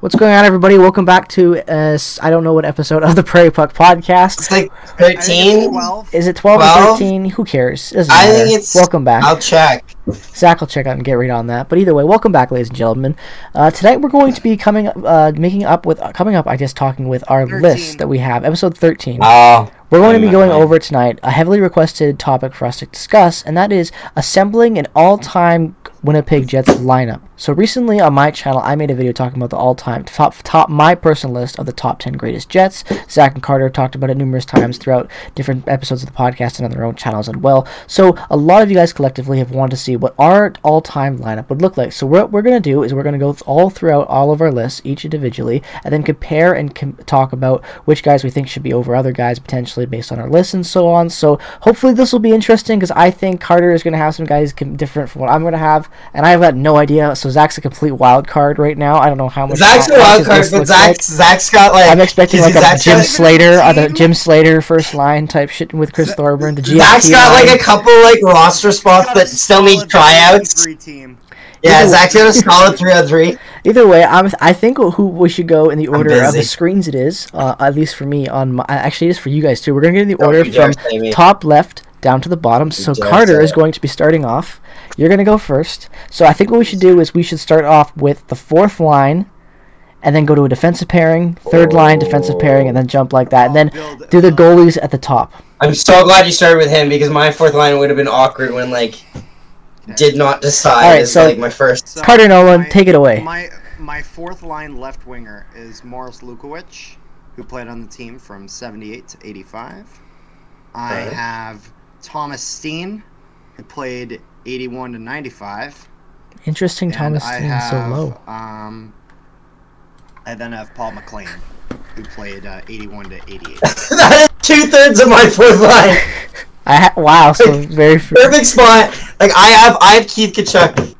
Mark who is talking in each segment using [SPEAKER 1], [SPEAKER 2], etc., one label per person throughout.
[SPEAKER 1] What's going on, everybody? Welcome back to uh, s- I don't know what episode of the Prairie Puck podcast.
[SPEAKER 2] It's like
[SPEAKER 3] I think it's
[SPEAKER 2] 13.
[SPEAKER 3] 12.
[SPEAKER 1] Is it twelve or
[SPEAKER 2] 12?
[SPEAKER 1] thirteen? Who cares? Doesn't
[SPEAKER 2] I
[SPEAKER 1] matter.
[SPEAKER 2] think it's-
[SPEAKER 1] Welcome back.
[SPEAKER 2] I'll check.
[SPEAKER 1] Zach will check out and get right on that. But either way, welcome back, ladies and gentlemen. Uh, tonight we're going to be coming, uh, making up with, uh, coming up. I guess talking with our
[SPEAKER 3] 13.
[SPEAKER 1] list that we have, episode thirteen.
[SPEAKER 2] Oh,
[SPEAKER 1] We're going to be
[SPEAKER 2] Mm,
[SPEAKER 1] going
[SPEAKER 2] mm.
[SPEAKER 1] over tonight a heavily requested topic for us to discuss, and that is assembling an all-time Winnipeg Jets lineup. So recently on my channel, I made a video talking about the all-time top, top my personal list of the top 10 greatest Jets. Zach and Carter talked about it numerous times throughout different episodes of the podcast and on their own channels as well. So a lot of you guys collectively have wanted to see what our all-time lineup would look like. So what we're going to do is we're going to go th- all throughout all of our lists, each individually, and then compare and com- talk about which guys we think should be over other guys potentially based on our lists and so on. So hopefully this will be interesting because I think Carter is going to have some guys com- different from what I'm going to have, and I've got no idea. So Zach's a complete wild card right now. I don't know how much
[SPEAKER 2] Zach's
[SPEAKER 1] how
[SPEAKER 2] a
[SPEAKER 1] much
[SPEAKER 2] wild
[SPEAKER 1] his
[SPEAKER 2] card,
[SPEAKER 1] list
[SPEAKER 2] but
[SPEAKER 1] looks like.
[SPEAKER 2] Zach's, Zach's got like.
[SPEAKER 1] I'm expecting
[SPEAKER 2] is
[SPEAKER 1] like
[SPEAKER 2] he-
[SPEAKER 1] a
[SPEAKER 2] Zach's
[SPEAKER 1] Jim
[SPEAKER 2] got-
[SPEAKER 3] Sl-
[SPEAKER 1] Slater, other
[SPEAKER 3] team?
[SPEAKER 1] Jim Slater first line type shit with Chris Thorburn. The GFT
[SPEAKER 2] Zach's got
[SPEAKER 1] line.
[SPEAKER 2] like a couple like roster spots
[SPEAKER 3] Got a
[SPEAKER 2] that still need
[SPEAKER 3] solid
[SPEAKER 2] tryouts.
[SPEAKER 3] 23 team.
[SPEAKER 2] Yeah,
[SPEAKER 1] Ooh.
[SPEAKER 2] Zach's got a solid 3 on 3.
[SPEAKER 1] Either way, I'm, I think who we should go in the order of the
[SPEAKER 2] busy.
[SPEAKER 1] screens it is, uh, at least for me, on my, actually it is for you guys too. We're going to get in the
[SPEAKER 2] Don't
[SPEAKER 1] order
[SPEAKER 2] you dare
[SPEAKER 1] from
[SPEAKER 2] say me.
[SPEAKER 1] top left down to the bottom. So
[SPEAKER 2] dare
[SPEAKER 1] Carter
[SPEAKER 2] say
[SPEAKER 1] is
[SPEAKER 2] it.
[SPEAKER 1] going to be starting off. You're going to go first. So I think what we should do is we should start off with the fourth line and then go to a defensive pairing, third line, defensive pairing, and then jump like that. And
[SPEAKER 3] I'll
[SPEAKER 1] then
[SPEAKER 3] build-
[SPEAKER 1] do the goalies at the top.
[SPEAKER 2] I'm so glad you started with him because my fourth line would have been awkward when like did not decide
[SPEAKER 1] All right,
[SPEAKER 2] as
[SPEAKER 1] so-
[SPEAKER 2] like my first.
[SPEAKER 3] So
[SPEAKER 1] Carter Nolan,
[SPEAKER 3] my-
[SPEAKER 1] take it away.
[SPEAKER 3] My my fourth line left winger is Morris Lukowicz, who played on the team from 78 to 85. I
[SPEAKER 2] Alright.
[SPEAKER 3] have Thomas Steen, who played 81 to 95.
[SPEAKER 1] Interesting,
[SPEAKER 3] And
[SPEAKER 1] Thomas
[SPEAKER 3] I
[SPEAKER 1] Steen is so
[SPEAKER 3] have,
[SPEAKER 1] low.
[SPEAKER 3] Um, I then have Paul McLean, who played uh, 81 to 88.
[SPEAKER 2] that is two thirds of my fourth line.
[SPEAKER 1] I ha- wow, so very.
[SPEAKER 2] Perfect spot. Like I have, I have Keith Kachuk.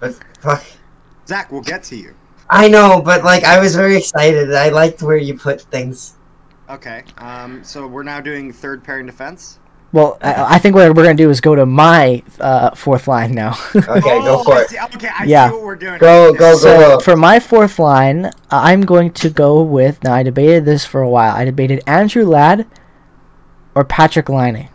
[SPEAKER 2] But fuck,
[SPEAKER 3] Zach, we'll get to you.
[SPEAKER 2] I know, but like I was very excited. I liked where you put things.
[SPEAKER 3] Okay. Um, so we're now doing third pairing defense.
[SPEAKER 1] Well, I, I think what we're gonna do is go to my uh, fourth line now.
[SPEAKER 2] Okay,
[SPEAKER 3] Oh,
[SPEAKER 2] go for
[SPEAKER 3] I
[SPEAKER 2] it.
[SPEAKER 3] see- okay, I
[SPEAKER 1] Yeah.
[SPEAKER 3] see what we're doing.
[SPEAKER 2] Go, go, go.
[SPEAKER 1] so for my fourth line, uh, I'm going to go with. Now I debated this for a while. I debated Andrew Ladd or Patrick Liney.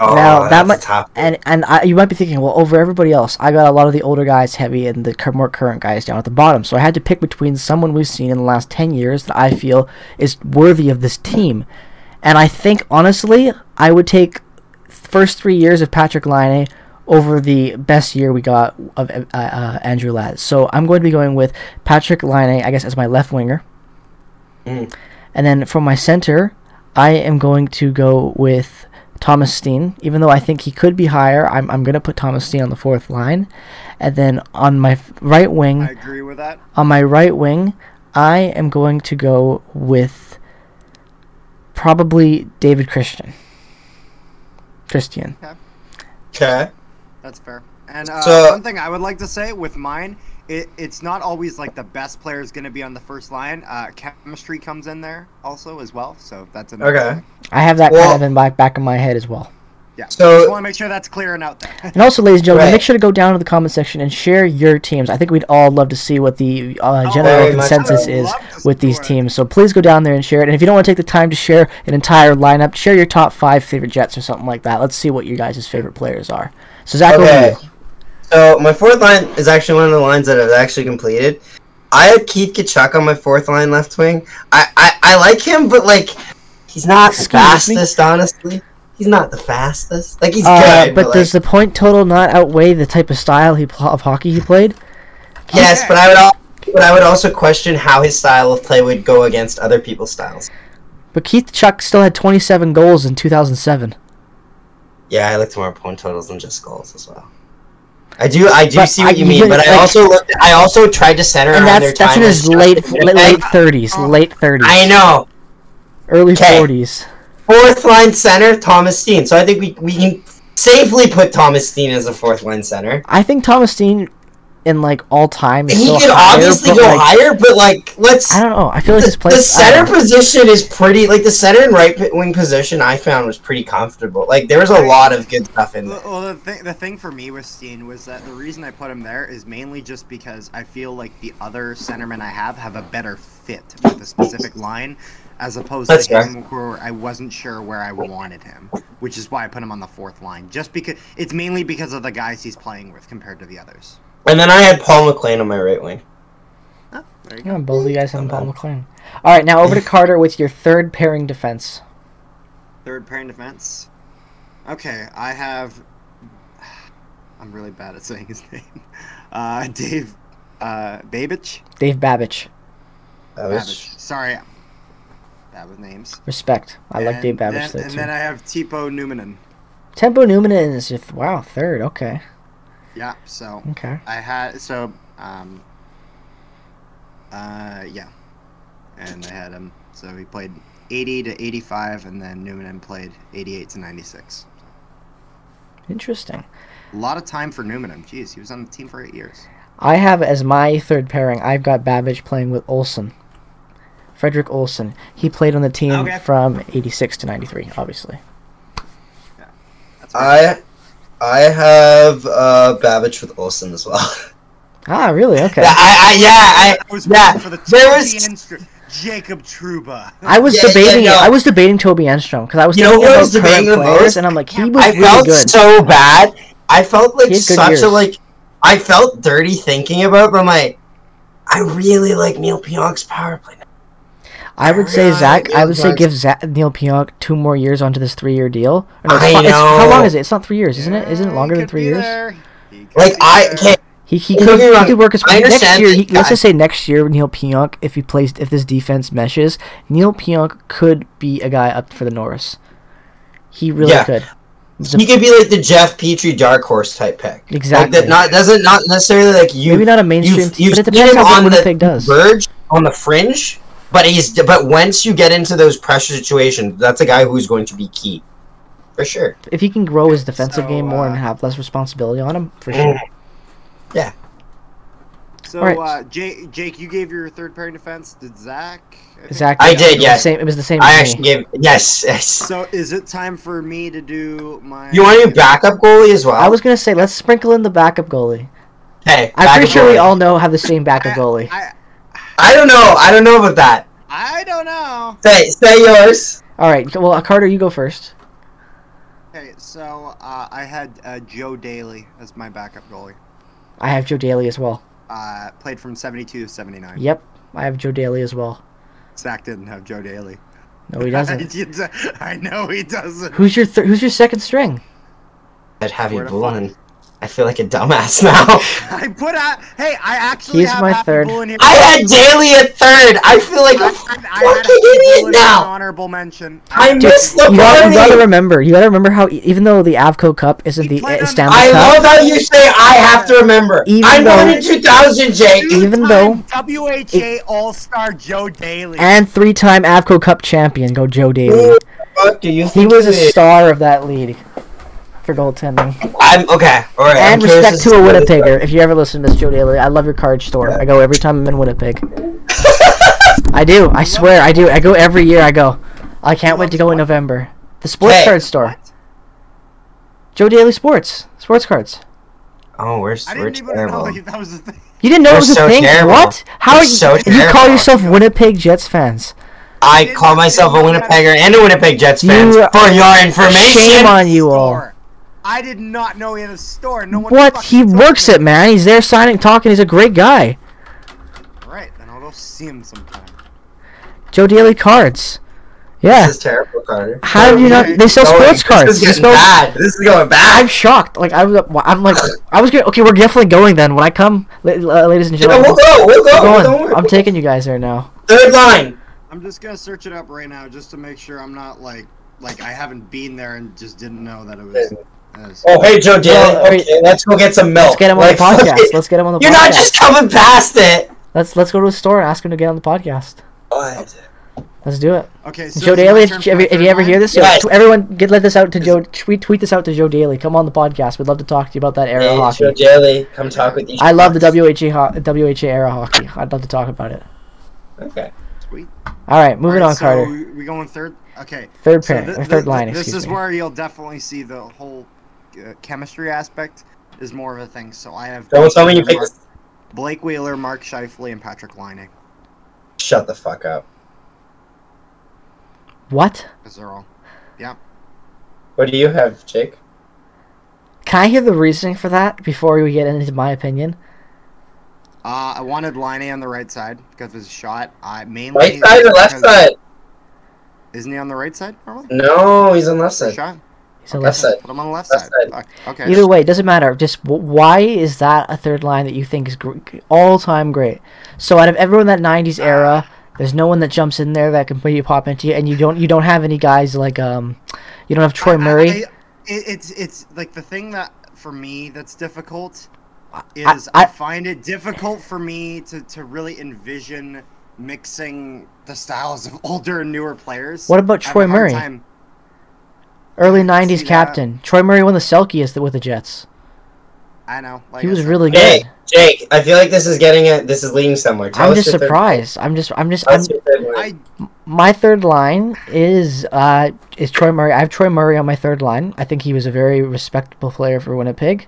[SPEAKER 2] Oh,
[SPEAKER 1] now that
[SPEAKER 2] that's
[SPEAKER 1] might-
[SPEAKER 2] tough.
[SPEAKER 1] And and I, you might be thinking, well, over everybody else, I got a lot of the older guys heavy and the cur- more current guys down at the bottom. So I had to pick between someone we've seen in the last ten years that I feel is worthy of this team. And I think honestly, I would take first three years of Patrick Line over the best year we got of uh, uh, Andrew Ladd. So I'm going to be going with Patrick Line, I guess, as my left winger.
[SPEAKER 2] Mm.
[SPEAKER 1] And then for my center, I am going to go with Thomas Steen. Even though I think he could be higher, I'm, I'm going to put Thomas Steen on the fourth line. And then on my f- right wing,
[SPEAKER 3] I agree with that.
[SPEAKER 1] on my right wing, I am going to go with probably David Christian. Christian.
[SPEAKER 2] Okay.
[SPEAKER 3] That's fair. And uh,
[SPEAKER 2] So-
[SPEAKER 3] one thing I would like to say with mine, it, it's not always like the best player is going to be on the first line. Uh, chemistry comes in there also as well, so that's another.
[SPEAKER 2] Okay.
[SPEAKER 3] thing.
[SPEAKER 1] I have that
[SPEAKER 2] Well-
[SPEAKER 1] kind of in back back of my head as well.
[SPEAKER 3] Yeah.
[SPEAKER 2] So-
[SPEAKER 3] just want to make sure that's clear and out there.
[SPEAKER 1] And also, ladies and gentlemen,
[SPEAKER 2] Right.
[SPEAKER 1] make sure to go down to the comment section and share your teams. I think we'd all love to see what the uh,
[SPEAKER 3] Oh,
[SPEAKER 1] general
[SPEAKER 2] very much
[SPEAKER 1] consensus
[SPEAKER 2] so.
[SPEAKER 1] is
[SPEAKER 3] Love to
[SPEAKER 1] with
[SPEAKER 3] see
[SPEAKER 1] these
[SPEAKER 3] it.
[SPEAKER 1] teams. So please go down there and share it. And if you don't want to take the time to share an entire lineup, share your top five favorite Jets or something like that. Let's see what your guys' favorite players are. So Zach, over to
[SPEAKER 2] Okay.
[SPEAKER 1] you.
[SPEAKER 2] So my fourth line is actually one of the lines that I've actually completed. I had Keith Kachuk on my fourth line left wing. I I, I like him, but like he's not the
[SPEAKER 1] Excuse me?
[SPEAKER 2] fastest. Honestly, he's not the fastest. Like he's
[SPEAKER 1] Uh,
[SPEAKER 2] good,
[SPEAKER 1] but
[SPEAKER 2] but, like,
[SPEAKER 1] does the point total not outweigh the type of style he pl- of hockey he played?
[SPEAKER 2] yes.
[SPEAKER 3] Okay.
[SPEAKER 2] But I would al- but I would also question how his style of play would go against other people's styles.
[SPEAKER 1] But Keith Chuck still had 27 goals in 2007.
[SPEAKER 2] Yeah, I looked more at point totals than just goals as well. I do, I do
[SPEAKER 1] But
[SPEAKER 2] see
[SPEAKER 1] I-
[SPEAKER 2] what you
[SPEAKER 1] you
[SPEAKER 2] mean,
[SPEAKER 1] didn't,
[SPEAKER 2] but I
[SPEAKER 1] like-
[SPEAKER 2] also looked, I also tried to center
[SPEAKER 1] And
[SPEAKER 2] around their
[SPEAKER 1] that's that's
[SPEAKER 2] time.
[SPEAKER 1] in his
[SPEAKER 2] with-
[SPEAKER 1] late late, late 30s,
[SPEAKER 3] Oh.
[SPEAKER 1] late 30s.
[SPEAKER 2] I know.
[SPEAKER 1] Early
[SPEAKER 2] Okay.
[SPEAKER 1] 40s.
[SPEAKER 2] fourth line center, Thomas Steen. So I think we, we can safely put Thomas Steen as a fourth line center.
[SPEAKER 1] I think Thomas Steen in like all time. is
[SPEAKER 2] He
[SPEAKER 1] still
[SPEAKER 2] could
[SPEAKER 1] higher,
[SPEAKER 2] obviously
[SPEAKER 1] but,
[SPEAKER 2] go
[SPEAKER 1] like,
[SPEAKER 2] higher, but like let's.
[SPEAKER 1] I don't know. I feel like
[SPEAKER 2] The,
[SPEAKER 1] his place.
[SPEAKER 2] the
[SPEAKER 1] I don't
[SPEAKER 2] center
[SPEAKER 1] know.
[SPEAKER 2] position is pretty like the center and right wing position. I found was pretty comfortable. Like there was a lot of good stuff in there.
[SPEAKER 3] Well, well, the thing, the thing for me with Steen was that the reason I put him there is mainly just because I feel like the other centermen I have have a better fit with a specific line, as opposed
[SPEAKER 2] That's
[SPEAKER 3] to
[SPEAKER 2] fair.
[SPEAKER 3] him where I wasn't sure where I wanted him, which is why I put him on the fourth line. Just because it's mainly because of the guys he's playing with compared to the others.
[SPEAKER 2] And then I had Paul McLean on my right wing.
[SPEAKER 3] Oh, there you go.
[SPEAKER 1] Yeah, both of you guys have Paul McLean. All right, now over to Carter with your third pairing defense.
[SPEAKER 3] Third pairing defense. Okay, I have. I'm really bad at saying his name. Uh, Dave uh, Babich.
[SPEAKER 1] Dave Babich.
[SPEAKER 2] That
[SPEAKER 3] Babbage.
[SPEAKER 2] was
[SPEAKER 3] Sorry. Bad with names.
[SPEAKER 1] Respect. I like Dave
[SPEAKER 3] And
[SPEAKER 1] Babich
[SPEAKER 3] then-
[SPEAKER 1] there
[SPEAKER 3] And
[SPEAKER 1] too.
[SPEAKER 3] then I have Tipo Numanen.
[SPEAKER 1] Tempo Newman is your th- wow third. Okay,
[SPEAKER 3] Yeah, so
[SPEAKER 1] okay.
[SPEAKER 3] I had so um uh yeah. And I had him. So he played 80 to 85 and then Numanen played 88 to 96.
[SPEAKER 1] Interesting.
[SPEAKER 3] A lot of time for Numanen. Jeez, he was on the team for 8 years.
[SPEAKER 1] I have as my third pairing. I've got Babich playing with Olsen. Frederick Olsen. He played on the team
[SPEAKER 3] Okay.
[SPEAKER 1] from '86 to '93, obviously.
[SPEAKER 3] That's right.
[SPEAKER 2] I I have uh Babbage with Olsen as well.
[SPEAKER 1] Ah, really? Okay.
[SPEAKER 2] Yeah, I, I yeah, I
[SPEAKER 3] I was
[SPEAKER 2] yeah,
[SPEAKER 3] waiting for the
[SPEAKER 2] there
[SPEAKER 3] Toby
[SPEAKER 2] was-
[SPEAKER 3] Enstr- Jacob Truba.
[SPEAKER 1] I was
[SPEAKER 2] Yeah, yeah,
[SPEAKER 1] debating
[SPEAKER 2] no.
[SPEAKER 1] it. I was debating Toby Enstrom because I was
[SPEAKER 2] You know
[SPEAKER 1] thinking
[SPEAKER 2] who I
[SPEAKER 1] about
[SPEAKER 2] was debating
[SPEAKER 1] current
[SPEAKER 2] the
[SPEAKER 1] players,
[SPEAKER 2] most?
[SPEAKER 1] and I'm like, he
[SPEAKER 3] Yeah,
[SPEAKER 1] was
[SPEAKER 2] I
[SPEAKER 1] really
[SPEAKER 2] felt
[SPEAKER 1] good.
[SPEAKER 2] so bad. I felt like
[SPEAKER 1] He had good
[SPEAKER 2] such
[SPEAKER 1] years.
[SPEAKER 2] a like I felt dirty thinking about it, but I'm like I really like Neil Pionk's power play.
[SPEAKER 1] I would say
[SPEAKER 2] Yeah,
[SPEAKER 1] Zach.
[SPEAKER 2] it
[SPEAKER 1] I would say
[SPEAKER 2] was-
[SPEAKER 1] give Zach Neil Pionk two more years onto this three-year deal. Or it's
[SPEAKER 2] I
[SPEAKER 1] fi- it's- how
[SPEAKER 2] know.
[SPEAKER 1] long is it? It's not three years, isn't it? Isn't it longer than three years?
[SPEAKER 2] Like I okay,
[SPEAKER 1] He, he,
[SPEAKER 2] Don't
[SPEAKER 1] could,
[SPEAKER 2] get me
[SPEAKER 1] he
[SPEAKER 2] wrong,
[SPEAKER 1] could work his
[SPEAKER 2] I
[SPEAKER 1] next
[SPEAKER 2] understand
[SPEAKER 1] year.
[SPEAKER 2] that
[SPEAKER 1] He, let's
[SPEAKER 2] guy-
[SPEAKER 1] just say next year Neil Pionk, if he plays, if this defense meshes, Neil Pionk could be a guy up for the Norris. He really
[SPEAKER 2] Yeah.
[SPEAKER 1] could.
[SPEAKER 2] he could be like the Jeff Petrie dark horse type pick.
[SPEAKER 1] Exactly.
[SPEAKER 2] Like that not doesn't not necessarily like you
[SPEAKER 1] Maybe not a mainstream,
[SPEAKER 2] you've,
[SPEAKER 1] team,
[SPEAKER 2] you've
[SPEAKER 1] but it
[SPEAKER 2] seen
[SPEAKER 1] depends
[SPEAKER 2] him
[SPEAKER 1] how
[SPEAKER 2] on
[SPEAKER 1] good
[SPEAKER 2] the
[SPEAKER 1] Winnipeg does.
[SPEAKER 2] verge on the fringe, but he's but once you get into those pressure situations, that's a guy who's going to be key. For sure.
[SPEAKER 1] If he can grow his defensive
[SPEAKER 3] So,
[SPEAKER 1] game more and
[SPEAKER 3] uh,
[SPEAKER 1] have less responsibility on him, for sure.
[SPEAKER 3] So,
[SPEAKER 1] Alright.
[SPEAKER 3] uh, Jake, Jake, you gave your third pairing defense. Did Zach? I think-
[SPEAKER 1] Zach,
[SPEAKER 2] I
[SPEAKER 1] yeah,
[SPEAKER 2] did,
[SPEAKER 1] it was
[SPEAKER 2] yes.
[SPEAKER 1] the Same, it was the same.
[SPEAKER 2] I
[SPEAKER 1] as me.
[SPEAKER 2] actually gave yes, yes.
[SPEAKER 3] So, is it time for me to do my?
[SPEAKER 2] You want to do backup goalie as well?
[SPEAKER 1] I was gonna say let's sprinkle in the backup goalie.
[SPEAKER 2] Hey,
[SPEAKER 1] I'm pretty
[SPEAKER 2] backup
[SPEAKER 1] sure we
[SPEAKER 2] goalie.
[SPEAKER 1] all know have the same backup goalie.
[SPEAKER 3] I,
[SPEAKER 2] I don't know. I don't know about that.
[SPEAKER 3] I don't know.
[SPEAKER 2] Say, say yours.
[SPEAKER 1] All right, well, Carter, you go first.
[SPEAKER 3] Okay, so uh, I had uh, Joe Daly as my backup goalie.
[SPEAKER 1] I have Joe Daly as well.
[SPEAKER 3] Uh, played from seventy-two to seventy-nine.
[SPEAKER 1] Yep, I have Joe Daly as well.
[SPEAKER 3] Zach didn't have Joe Daly.
[SPEAKER 1] No, he doesn't.
[SPEAKER 3] I know he doesn't.
[SPEAKER 1] who's your th- Who's your second string?
[SPEAKER 2] I'd have you
[SPEAKER 3] Where the fuck?
[SPEAKER 2] Bullen. I feel like a dumbass now.
[SPEAKER 3] I put out. Hey, I actually
[SPEAKER 1] He's
[SPEAKER 3] have
[SPEAKER 1] my
[SPEAKER 3] Happy
[SPEAKER 1] third.
[SPEAKER 3] Bull in here.
[SPEAKER 2] I had Daly at third. I feel like a
[SPEAKER 3] I- I had
[SPEAKER 2] fucking
[SPEAKER 3] Happy Bull
[SPEAKER 2] idiot
[SPEAKER 3] in
[SPEAKER 2] now.
[SPEAKER 3] An honorable mention.
[SPEAKER 2] I missed the
[SPEAKER 1] You gotta, you gotta
[SPEAKER 2] party.
[SPEAKER 1] remember. You gotta remember how e- even though the Avco Cup isn't
[SPEAKER 3] He
[SPEAKER 1] the
[SPEAKER 3] played on-
[SPEAKER 1] Stanley
[SPEAKER 2] I
[SPEAKER 1] Cup,
[SPEAKER 2] love how you say I have to remember.
[SPEAKER 1] Even
[SPEAKER 2] I'm
[SPEAKER 1] though-
[SPEAKER 2] born in 2000, Jake.
[SPEAKER 1] Even- though-
[SPEAKER 3] WHA All Star Joe Daly.
[SPEAKER 1] and three-time Avco Cup champion, go Joe Daly.
[SPEAKER 2] Who the fuck do you
[SPEAKER 1] He
[SPEAKER 2] think
[SPEAKER 1] was a
[SPEAKER 2] you is?
[SPEAKER 1] star of that league for goaltending.
[SPEAKER 2] I'm okay. All right. I'm
[SPEAKER 1] And
[SPEAKER 2] curious
[SPEAKER 1] respect
[SPEAKER 2] as
[SPEAKER 1] to a
[SPEAKER 2] what it's-
[SPEAKER 1] Winnipegger. If you ever listen to Miss Joe Daly, I love your card store. I go every time I'm in Winnipeg. I do. I swear, I do. I go every year. I go. I can't wait to go in November. The sports
[SPEAKER 2] Hey.
[SPEAKER 1] card store. Joe Daly Sports. Sports cards.
[SPEAKER 2] Oh, we're,
[SPEAKER 3] I
[SPEAKER 2] we're
[SPEAKER 3] didn't even
[SPEAKER 2] terrible.
[SPEAKER 3] know that was the thing.
[SPEAKER 1] You didn't know
[SPEAKER 2] We're
[SPEAKER 1] it was a
[SPEAKER 2] so
[SPEAKER 1] thing.
[SPEAKER 2] terrible.
[SPEAKER 1] What? How
[SPEAKER 2] We're
[SPEAKER 1] are you,
[SPEAKER 2] so
[SPEAKER 1] you call
[SPEAKER 2] terrible.
[SPEAKER 1] yourself Winnipeg Jets fans?
[SPEAKER 2] I call myself a Winnipegger and a Winnipeg Jets fan
[SPEAKER 1] You-
[SPEAKER 2] for your information.
[SPEAKER 1] Shame on you all.
[SPEAKER 3] Store. I did not know he had a store. No one.
[SPEAKER 1] What?
[SPEAKER 3] fucking
[SPEAKER 1] He
[SPEAKER 3] told
[SPEAKER 1] works
[SPEAKER 3] me.
[SPEAKER 1] it, man. He's there signing, talking. He's a great guy.
[SPEAKER 3] Right, then I'll go see him sometime.
[SPEAKER 1] Joe Daly cards. Yeah.
[SPEAKER 2] This is terrible, Carter.
[SPEAKER 1] How have you not? They sell
[SPEAKER 2] Going-
[SPEAKER 1] sports cards.
[SPEAKER 2] This
[SPEAKER 1] They
[SPEAKER 2] is getting
[SPEAKER 1] sell-
[SPEAKER 2] bad. This is going
[SPEAKER 1] I'm
[SPEAKER 2] bad.
[SPEAKER 1] shocked. Like I was, I'm like, I was gonna. Okay, we're definitely going then. When I come, la- uh, ladies and
[SPEAKER 2] Yeah,
[SPEAKER 1] gentlemen,
[SPEAKER 2] we'll go. We'll
[SPEAKER 1] we're
[SPEAKER 2] go.
[SPEAKER 1] going.
[SPEAKER 2] Don't worry.
[SPEAKER 1] I'm taking you guys there now.
[SPEAKER 2] Third line.
[SPEAKER 3] I'm just gonna search it up right now just to make sure I'm not like like I haven't been there and just didn't know that it was. as-
[SPEAKER 2] Oh, hey, Joe Daly.
[SPEAKER 1] Yeah,
[SPEAKER 2] Okay, let's go get some milk.
[SPEAKER 1] Let's get him on
[SPEAKER 2] Oh, Like,
[SPEAKER 1] the
[SPEAKER 2] fuck
[SPEAKER 1] podcast.
[SPEAKER 2] it.
[SPEAKER 1] Let's get him on the
[SPEAKER 2] You're
[SPEAKER 1] podcast.
[SPEAKER 2] not just coming past it.
[SPEAKER 1] Let's let's go to a store and ask him to get on the podcast. Let's do it.
[SPEAKER 3] Okay, so
[SPEAKER 1] Joe
[SPEAKER 3] it's my
[SPEAKER 1] Daly,
[SPEAKER 3] turn
[SPEAKER 1] if,
[SPEAKER 3] for
[SPEAKER 1] you-
[SPEAKER 3] my
[SPEAKER 1] if
[SPEAKER 3] third
[SPEAKER 1] you ever hear
[SPEAKER 3] line?
[SPEAKER 1] this, yo,
[SPEAKER 2] Yes.
[SPEAKER 1] tw- everyone get let this out to
[SPEAKER 3] Is-
[SPEAKER 1] Joe. Tweet tweet this out to Joe Daly. Come on the podcast. We'd love to talk to you about that era
[SPEAKER 2] Hey,
[SPEAKER 1] of hockey.
[SPEAKER 2] Joe Daly, come talk with you.
[SPEAKER 1] I love the WHA ho- WHA era hockey. I'd love to talk about it.
[SPEAKER 2] Okay.
[SPEAKER 3] Sweet.
[SPEAKER 1] All right, moving
[SPEAKER 3] Alright,
[SPEAKER 1] on,
[SPEAKER 3] so
[SPEAKER 1] Carter.
[SPEAKER 3] We, we going third? Okay.
[SPEAKER 1] Third
[SPEAKER 3] So
[SPEAKER 1] parent,
[SPEAKER 3] thi-
[SPEAKER 1] or
[SPEAKER 3] thi-
[SPEAKER 1] third
[SPEAKER 3] thi-
[SPEAKER 1] line.
[SPEAKER 3] This
[SPEAKER 1] excuse
[SPEAKER 3] is
[SPEAKER 1] me.
[SPEAKER 3] where you'll definitely see the whole uh, chemistry aspect is more of a thing. So I have
[SPEAKER 2] Don't tell me you
[SPEAKER 3] Blake
[SPEAKER 2] picked.
[SPEAKER 3] Wheeler, Mark- Blake Wheeler, Mark Shifley, and Patrick Lining.
[SPEAKER 2] Shut the fuck up.
[SPEAKER 1] What?
[SPEAKER 3] Because they're all.
[SPEAKER 2] What do you have, Jake?
[SPEAKER 1] Can I hear the reasoning for that before we get into my opinion?
[SPEAKER 3] Uh, I wanted Lining on the right side because of his shot. I mainly
[SPEAKER 2] Right side or left
[SPEAKER 3] because-
[SPEAKER 2] side?
[SPEAKER 3] Isn't he on the right side normally?
[SPEAKER 2] No, he's on left
[SPEAKER 3] For
[SPEAKER 2] side.
[SPEAKER 3] shot.
[SPEAKER 1] So
[SPEAKER 2] Left
[SPEAKER 1] let's-
[SPEAKER 2] side.
[SPEAKER 3] Put him on the left,
[SPEAKER 2] Left
[SPEAKER 3] side. Fuck. Okay.
[SPEAKER 1] Either way, it doesn't matter. Just w- why is that a third line that you think is gr- all time great? So out of everyone in that '90s era, there's no one that jumps in there that can put you pop into you, and you don't you don't have any guys like um, you don't have Troy
[SPEAKER 3] I-
[SPEAKER 1] Murray.
[SPEAKER 3] I- I- it, it's it's like the thing that for me that's difficult
[SPEAKER 1] I-
[SPEAKER 3] is
[SPEAKER 1] I-
[SPEAKER 3] I, find it difficult for me to to really envision mixing the styles of older and newer players.
[SPEAKER 1] What about
[SPEAKER 3] I have a
[SPEAKER 1] Troy
[SPEAKER 3] hard
[SPEAKER 1] Murray?
[SPEAKER 3] time-
[SPEAKER 1] Early
[SPEAKER 3] see
[SPEAKER 1] '90s
[SPEAKER 3] that.
[SPEAKER 1] captain Troy Murray won the Selkie as the- with the Jets.
[SPEAKER 3] I know. Like
[SPEAKER 1] He
[SPEAKER 3] I
[SPEAKER 1] was
[SPEAKER 3] said,
[SPEAKER 1] really
[SPEAKER 2] Jake,
[SPEAKER 1] good.
[SPEAKER 2] Jake, I feel like this is getting it. This is leading somewhere. Tell
[SPEAKER 1] I'm
[SPEAKER 2] us
[SPEAKER 1] just
[SPEAKER 2] your third-
[SPEAKER 1] surprised. I'm just I'm just
[SPEAKER 2] tell
[SPEAKER 1] I'm,
[SPEAKER 2] us your third one.
[SPEAKER 3] I
[SPEAKER 1] my third line is uh is Troy Murray. I have Troy Murray on my third line. I think he was a very respectable player for Winnipeg.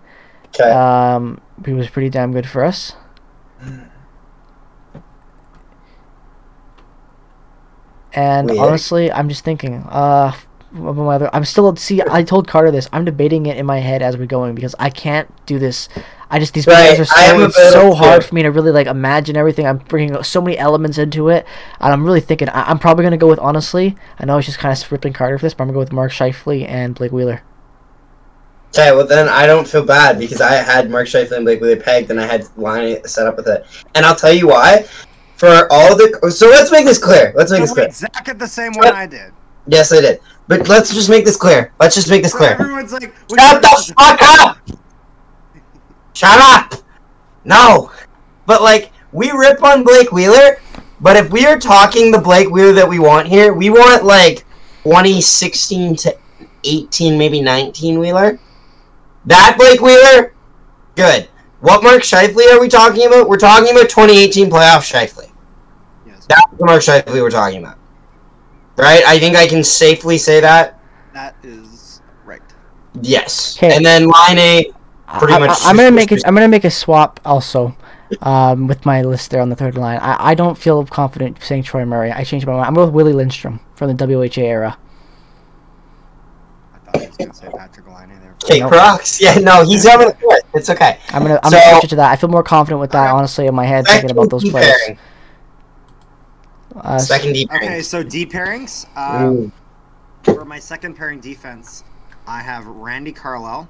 [SPEAKER 2] Okay.
[SPEAKER 1] Um, he was pretty damn good for us. And
[SPEAKER 2] Weird.
[SPEAKER 1] honestly, I'm just thinking. Uh, what about my other- I'm still see. I told Carter this. I'm debating it in my head as we're going because I can't do this. I just these
[SPEAKER 2] Right,
[SPEAKER 1] players are
[SPEAKER 2] I am
[SPEAKER 1] so,
[SPEAKER 2] a
[SPEAKER 1] it's
[SPEAKER 2] bit
[SPEAKER 1] so
[SPEAKER 2] upset.
[SPEAKER 1] hard for me to really like imagine everything. I'm bringing so many elements into it, and I'm really thinking. I, I'm probably gonna go with honestly. I know I was just kind of ripping Carter for this, but I'm gonna go with Mark Shifley and Blake Wheeler.
[SPEAKER 2] Okay, well then I don't feel bad because I had Mark Scheifele and Blake Wheeler pegged, and I had line set up with it. And I'll tell you why. For all the so let's make this clear. Let's make this
[SPEAKER 3] no,
[SPEAKER 2] clear.
[SPEAKER 3] wait, Zach did the same one I did.
[SPEAKER 2] Yes, I did. But let's just make this clear. Let's just make this
[SPEAKER 3] So
[SPEAKER 2] clear.
[SPEAKER 3] everyone's like, "Well,
[SPEAKER 2] Shut the
[SPEAKER 3] you're-
[SPEAKER 2] fuck up! Shut up! No. But like we rip on Blake Wheeler, but if we are talking the Blake Wheeler that we want here, we want like 2016 to 18, maybe 19 Wheeler. That Blake Wheeler, good. What Mark Shifley are we talking about? We're talking about 2018 playoff Shifley.
[SPEAKER 3] Yes,
[SPEAKER 2] That's the Mark Shifley we're talking about. Right? I think I can safely say that.
[SPEAKER 3] that is right.
[SPEAKER 2] Yes.
[SPEAKER 1] Okay.
[SPEAKER 2] And then line A, pretty
[SPEAKER 1] I,
[SPEAKER 2] much
[SPEAKER 1] am gonna
[SPEAKER 2] just-
[SPEAKER 1] make it. I'm gonna make a swap also, um, with my list there on the third line. I, I don't feel confident saying Troy Murray. I changed my mind. I'm going with Willie Lindstrom from the WHA era.
[SPEAKER 3] I thought he was gonna say Patrick Liney there.
[SPEAKER 2] okay,
[SPEAKER 1] Nope.
[SPEAKER 2] Crocs. Yeah, no, he's having a good. It's okay.
[SPEAKER 1] I'm gonna. I'm
[SPEAKER 2] So-
[SPEAKER 1] gonna switch it to that. I feel more confident with that honestly in my head thinking about those
[SPEAKER 2] Second
[SPEAKER 1] players.
[SPEAKER 2] pairing.
[SPEAKER 1] Uh, s-
[SPEAKER 2] Second deep
[SPEAKER 3] Okay,
[SPEAKER 2] pairing.
[SPEAKER 3] so D pairings. Uh,
[SPEAKER 2] Ooh.
[SPEAKER 3] For my second pairing defense, I have Randy Carlisle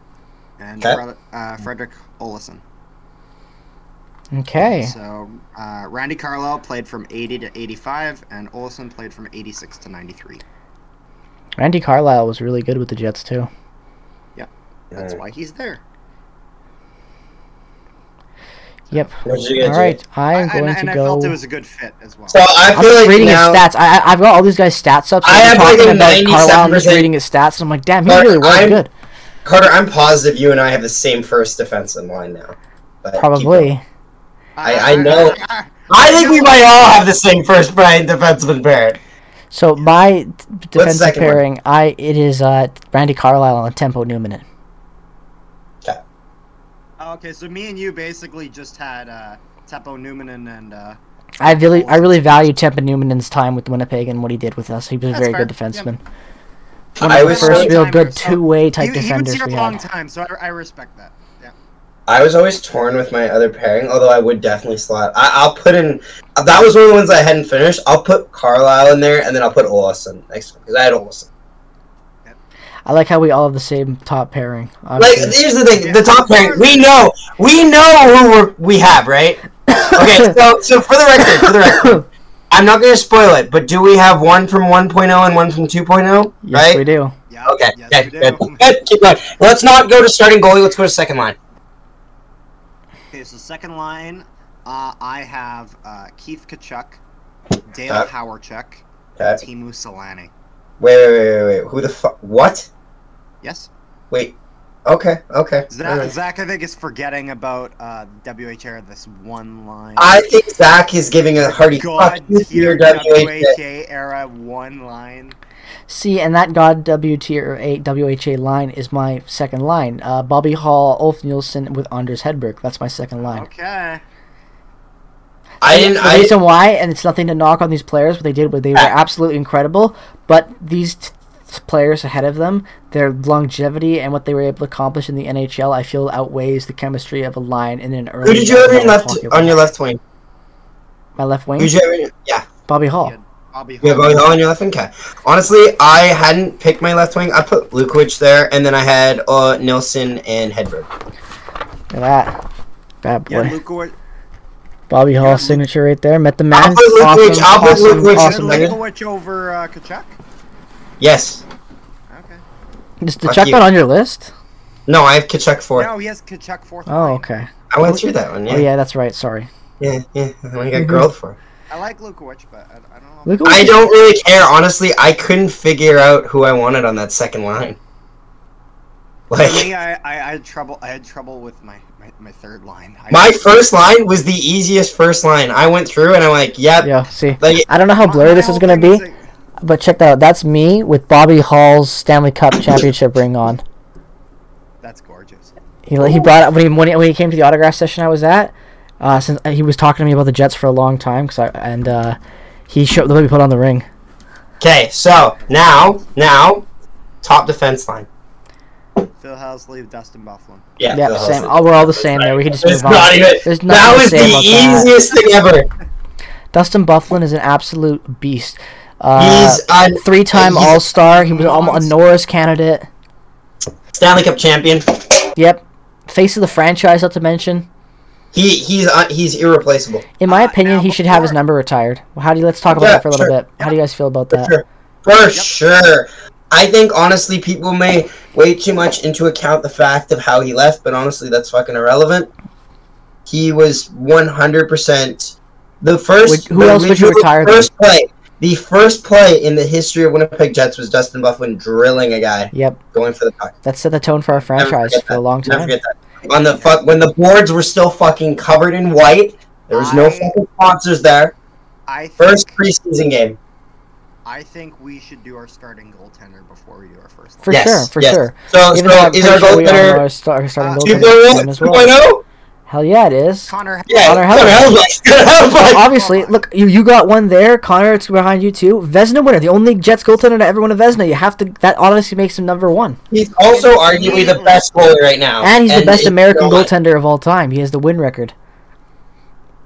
[SPEAKER 3] and
[SPEAKER 2] Okay.
[SPEAKER 3] Fred- uh, Frederick Olsson.
[SPEAKER 1] okay.
[SPEAKER 3] So uh, Randy Carlisle played from 80 to 85, and Olsson played from 86 to 93.
[SPEAKER 1] Randy Carlisle was really good with the Jets too.
[SPEAKER 3] That's why he's there.
[SPEAKER 1] Yep.
[SPEAKER 2] What you
[SPEAKER 1] All
[SPEAKER 2] gonna do?
[SPEAKER 1] right. I am
[SPEAKER 3] I- and
[SPEAKER 1] going
[SPEAKER 3] and
[SPEAKER 1] to
[SPEAKER 3] I felt it
[SPEAKER 1] go.
[SPEAKER 3] was a good fit as well. Uh,
[SPEAKER 2] So I
[SPEAKER 1] I'm
[SPEAKER 2] feel
[SPEAKER 1] just
[SPEAKER 2] like
[SPEAKER 1] reading
[SPEAKER 2] now,
[SPEAKER 1] his stats. I, I- I've got all these guys' stats up. So I
[SPEAKER 2] I
[SPEAKER 1] am
[SPEAKER 2] have, like,
[SPEAKER 1] talking
[SPEAKER 2] a
[SPEAKER 1] about Carlisle. I'm just
[SPEAKER 2] 97%
[SPEAKER 1] reading his stats, and I'm like, damn, he
[SPEAKER 2] But
[SPEAKER 1] really was
[SPEAKER 2] I'm-
[SPEAKER 1] good.
[SPEAKER 2] Carter, I'm positive you and I have the same first defense in line now. But keep going.
[SPEAKER 1] Probably.
[SPEAKER 3] uh,
[SPEAKER 2] I- I know.
[SPEAKER 3] I-
[SPEAKER 2] I think we might all have the same first Brian defenseman pair.
[SPEAKER 1] So my d- defensive
[SPEAKER 2] second one?
[SPEAKER 1] pairing, I it is uh, Randy Carlisle and Tempo Newman.
[SPEAKER 3] I- uh, okay, so me and you basically just had uh, Teppo Newman and uh,
[SPEAKER 1] I really, I really value Tempo Newman's time with Winnipeg and what he did with us. He was a
[SPEAKER 3] That's
[SPEAKER 1] very
[SPEAKER 3] fair.
[SPEAKER 1] good defenseman. One
[SPEAKER 2] I
[SPEAKER 1] of the
[SPEAKER 2] was,
[SPEAKER 1] first
[SPEAKER 2] always,
[SPEAKER 1] real
[SPEAKER 3] Timer,
[SPEAKER 1] good
[SPEAKER 3] so
[SPEAKER 1] two-way type
[SPEAKER 3] he, he was
[SPEAKER 1] defenders
[SPEAKER 3] here a
[SPEAKER 1] we
[SPEAKER 3] long
[SPEAKER 1] had.
[SPEAKER 3] time, so I, I respect that. Yeah.
[SPEAKER 2] I was always torn with my other pairing, although I would definitely slot. I, I'll put in. That was one of the ones I hadn't finished. I'll put Carlisle in there, and then I'll put Olsson next one because I had Olsson.
[SPEAKER 1] I like how we all have the same top pairing.
[SPEAKER 2] Like,
[SPEAKER 1] obviously.
[SPEAKER 2] here's the thing: the top pairing. We know, we know who we're, we have, right? Okay, so so for the record, for the record, I'm not going to spoil it, but do we have one from 1.0 and one from 2.0?
[SPEAKER 1] yes,
[SPEAKER 2] right?
[SPEAKER 1] we do.
[SPEAKER 3] Yeah.
[SPEAKER 2] Okay,
[SPEAKER 3] Yes,
[SPEAKER 2] okay,
[SPEAKER 3] we do.
[SPEAKER 2] good, good. Keep going. Let's not go to starting goalie. Let's go to second line.
[SPEAKER 3] Okay, so second line, uh, I have uh, Keith Kachuk, Dale
[SPEAKER 2] Uh.
[SPEAKER 3] Howarchuk,
[SPEAKER 2] Okay.
[SPEAKER 3] Timu Solani.
[SPEAKER 2] Wait, wait, wait, wait, wait. Who the fuck? What?
[SPEAKER 3] Yes.
[SPEAKER 2] Wait. Okay, okay.
[SPEAKER 3] Zach,
[SPEAKER 2] Alright.
[SPEAKER 3] Zach, I think, is forgetting about uh, WHR this one line.
[SPEAKER 2] I think Zach is giving a hearty fuck
[SPEAKER 3] God
[SPEAKER 2] you to your
[SPEAKER 3] tier
[SPEAKER 2] WHA.
[SPEAKER 3] WHA era one line.
[SPEAKER 1] See, and that God WT or A WHA line is my second line. Uh, Bobby Hall, Ulf Nielsen with Anders Hedberg. That's my second line.
[SPEAKER 3] Okay.
[SPEAKER 2] I didn't.
[SPEAKER 1] the
[SPEAKER 2] I,
[SPEAKER 1] reason why, and it's nothing to knock on these players, but they did what they were absolutely incredible. But these t- t- players ahead of them, their longevity and what they were able to accomplish in the NHL, I feel outweighs the chemistry of a line in an early.
[SPEAKER 2] who did you have on your
[SPEAKER 1] round
[SPEAKER 2] left
[SPEAKER 1] hockey
[SPEAKER 2] on
[SPEAKER 1] league.
[SPEAKER 2] your left wing?
[SPEAKER 1] My left wing,
[SPEAKER 2] Who did you have on your, yeah,
[SPEAKER 1] Bobby Hall.
[SPEAKER 3] Yeah, Bobby
[SPEAKER 2] you have
[SPEAKER 3] Hall.
[SPEAKER 2] Bobby Hall on your left wing. Okay. Honestly, I hadn't picked my left wing. I put Lukovic there, and then I had uh, Nilsson and Hedberg.
[SPEAKER 1] Look at that bad boy.
[SPEAKER 3] Yeah, Lukovic.
[SPEAKER 1] Bobby Hall
[SPEAKER 3] yeah, Lu-
[SPEAKER 1] signature right there. Met the man.
[SPEAKER 2] put
[SPEAKER 1] Awesome,
[SPEAKER 2] Lukovic- I'll put
[SPEAKER 1] awesome,
[SPEAKER 2] Lukovic in
[SPEAKER 1] awesome,
[SPEAKER 2] there.
[SPEAKER 1] dude.
[SPEAKER 3] Lukovic over uh, Kachuk.
[SPEAKER 2] Yes.
[SPEAKER 3] Okay.
[SPEAKER 1] Is the
[SPEAKER 2] Fuck
[SPEAKER 1] check
[SPEAKER 2] you.
[SPEAKER 1] that on your list?
[SPEAKER 2] No, I have Kachuk fourth.
[SPEAKER 3] No, he has Kachuk fourth.
[SPEAKER 1] Oh,
[SPEAKER 3] line.
[SPEAKER 1] okay.
[SPEAKER 2] I went through that one. Yeah.
[SPEAKER 1] Oh, yeah, that's right. Sorry.
[SPEAKER 2] Yeah. Yeah. The one I got
[SPEAKER 1] Mhm.
[SPEAKER 2] grilled for.
[SPEAKER 3] I like Lukovic, but I, I don't know.
[SPEAKER 1] Look at
[SPEAKER 2] I
[SPEAKER 1] what-
[SPEAKER 2] don't really care, honestly. I couldn't figure out who I wanted on that second line.
[SPEAKER 3] For
[SPEAKER 2] Like
[SPEAKER 3] me, I, I, I had trouble. I had trouble with my, my, my third line. I,
[SPEAKER 2] my first line was the easiest first line. I went through and I'm like, yep.
[SPEAKER 1] Yeah, see.
[SPEAKER 2] Like
[SPEAKER 1] I don't know how
[SPEAKER 3] my-
[SPEAKER 1] blurry
[SPEAKER 3] my
[SPEAKER 1] this is
[SPEAKER 3] whole
[SPEAKER 1] going to
[SPEAKER 3] thing
[SPEAKER 1] be,
[SPEAKER 3] is like-
[SPEAKER 1] but check that out. That's me with Bobby Hall's Stanley Cup championship ring on.
[SPEAKER 3] That's gorgeous.
[SPEAKER 1] He, he brought up when he, when he when he came to the autograph session I was at. Uh, since uh, he was talking to me about the Jets for a long time, cause I, and uh, he showed the way we put on the ring.
[SPEAKER 2] okay, so now now top defense line.
[SPEAKER 3] Phil Housley, Dustin Bufflin.
[SPEAKER 2] Yeah,
[SPEAKER 1] Yeah,
[SPEAKER 2] the whole
[SPEAKER 1] same.
[SPEAKER 2] thing.
[SPEAKER 1] All, we're all the same there. We can just
[SPEAKER 2] It's
[SPEAKER 1] move on.
[SPEAKER 2] not even
[SPEAKER 1] There's nothing
[SPEAKER 2] that
[SPEAKER 1] to
[SPEAKER 2] was
[SPEAKER 1] say
[SPEAKER 2] the
[SPEAKER 1] about that.
[SPEAKER 2] easiest thing ever.
[SPEAKER 1] Dustin Bufflin is an absolute beast. Uh,
[SPEAKER 2] He's a
[SPEAKER 1] three-time
[SPEAKER 2] he's-
[SPEAKER 1] All-Star. He was almost a Norris candidate.
[SPEAKER 2] Stanley Cup champion.
[SPEAKER 1] Yep, face of the franchise. Not to mention.
[SPEAKER 2] He he's uh, he's irreplaceable.
[SPEAKER 1] In my
[SPEAKER 3] Uh,
[SPEAKER 1] opinion,
[SPEAKER 3] now
[SPEAKER 1] he should have his
[SPEAKER 3] before-
[SPEAKER 1] number retired. Well, How do you, let's talk about
[SPEAKER 2] Yeah,
[SPEAKER 1] that for a little
[SPEAKER 2] sure.
[SPEAKER 1] bit. How do you guys feel about
[SPEAKER 2] For
[SPEAKER 1] that?
[SPEAKER 2] sure. For sure. I think honestly people may way too much into account the fact of how he left, but honestly that's fucking irrelevant. He was one hundred percent the first
[SPEAKER 1] Would- who else would you
[SPEAKER 2] the
[SPEAKER 1] retire then?
[SPEAKER 2] first play. The first play in the history of Winnipeg Jets was Dustin Bufflin drilling a guy
[SPEAKER 1] Yep,
[SPEAKER 2] going for the puck.
[SPEAKER 1] that set the tone for our
[SPEAKER 2] Never
[SPEAKER 1] franchise
[SPEAKER 2] forget
[SPEAKER 1] for
[SPEAKER 2] that.
[SPEAKER 1] a long
[SPEAKER 2] Never
[SPEAKER 1] time.
[SPEAKER 2] forget that. On the fuck when the boards were still fucking covered in white, there was no
[SPEAKER 3] I-
[SPEAKER 2] fucking sponsors there.
[SPEAKER 3] I think,
[SPEAKER 2] First preseason game.
[SPEAKER 3] I think we should do our starting goaltender before we do our first.
[SPEAKER 1] For
[SPEAKER 3] line.
[SPEAKER 2] Yes,
[SPEAKER 1] sure, for
[SPEAKER 2] yes.
[SPEAKER 1] sure.
[SPEAKER 2] So,
[SPEAKER 1] Even
[SPEAKER 2] so
[SPEAKER 1] though
[SPEAKER 2] is
[SPEAKER 1] I'm
[SPEAKER 2] our
[SPEAKER 1] pretty sure we all know
[SPEAKER 2] goaltender
[SPEAKER 1] our star- our starting
[SPEAKER 3] Uh,
[SPEAKER 1] goaltender
[SPEAKER 2] Two
[SPEAKER 1] is
[SPEAKER 2] point
[SPEAKER 1] him
[SPEAKER 2] oh?
[SPEAKER 1] as
[SPEAKER 2] Two
[SPEAKER 1] well.
[SPEAKER 2] point oh?
[SPEAKER 1] Hell yeah, it is.
[SPEAKER 3] Connor.
[SPEAKER 2] Yeah,
[SPEAKER 1] Connor
[SPEAKER 2] Connor
[SPEAKER 1] Hellebuck.
[SPEAKER 2] Hellebuck. Connor
[SPEAKER 1] Well,
[SPEAKER 2] Hellebuck.
[SPEAKER 1] obviously, look, you, you got one there. Connor, it's behind you too. Vesna winner, the only Jets goaltender to ever win a Vesna. You have to. That honestly makes him number one,
[SPEAKER 2] He's also arguably the best goalie right now,
[SPEAKER 1] and he's the best
[SPEAKER 2] it-
[SPEAKER 1] American
[SPEAKER 2] you know what?
[SPEAKER 1] goaltender of all time. He has the win record.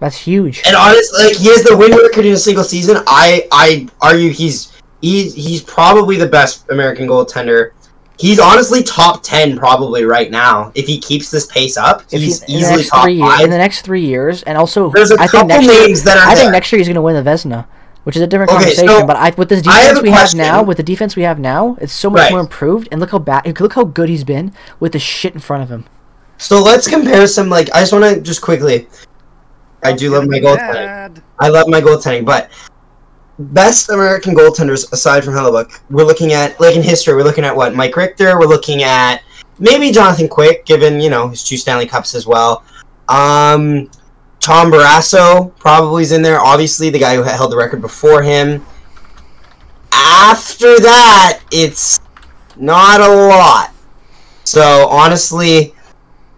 [SPEAKER 1] That's huge.
[SPEAKER 2] And honestly, like he has the win record in a single season. I I argue he's he's he's probably the best American goaltender. He's honestly top ten probably right now. If he keeps this pace up,
[SPEAKER 1] If
[SPEAKER 2] he's
[SPEAKER 1] he, in the
[SPEAKER 2] easily
[SPEAKER 1] next
[SPEAKER 2] top
[SPEAKER 1] three years, in
[SPEAKER 2] five.
[SPEAKER 1] the next three years, and also
[SPEAKER 2] There's a
[SPEAKER 1] I think
[SPEAKER 2] couple
[SPEAKER 1] next year,
[SPEAKER 2] names that are
[SPEAKER 1] I think
[SPEAKER 2] there.
[SPEAKER 1] next year he's going to win the Vesna, which is a different
[SPEAKER 2] Okay,
[SPEAKER 1] conversation.
[SPEAKER 2] so
[SPEAKER 1] but I, with this
[SPEAKER 2] I have
[SPEAKER 1] defense
[SPEAKER 2] a
[SPEAKER 1] we have
[SPEAKER 2] question.
[SPEAKER 1] now, with the defense we have now, it's so much
[SPEAKER 2] Right.
[SPEAKER 1] more improved. And look how bad, look how good he's been with the shit in front of him.
[SPEAKER 2] So let's compare some. Like I just want to just quickly. I do love my goaltender.
[SPEAKER 3] Dad.
[SPEAKER 2] I love my goaltending, but best American goaltenders aside from Hellebuck, we're looking at like in history, we're looking at what Mike Richter, we're looking at maybe Jonathan Quick, given you know his two Stanley Cups as well. Um, Tom Barrasso probably is in there. Obviously, the guy who held the record before him. After that, it's not a lot. So honestly,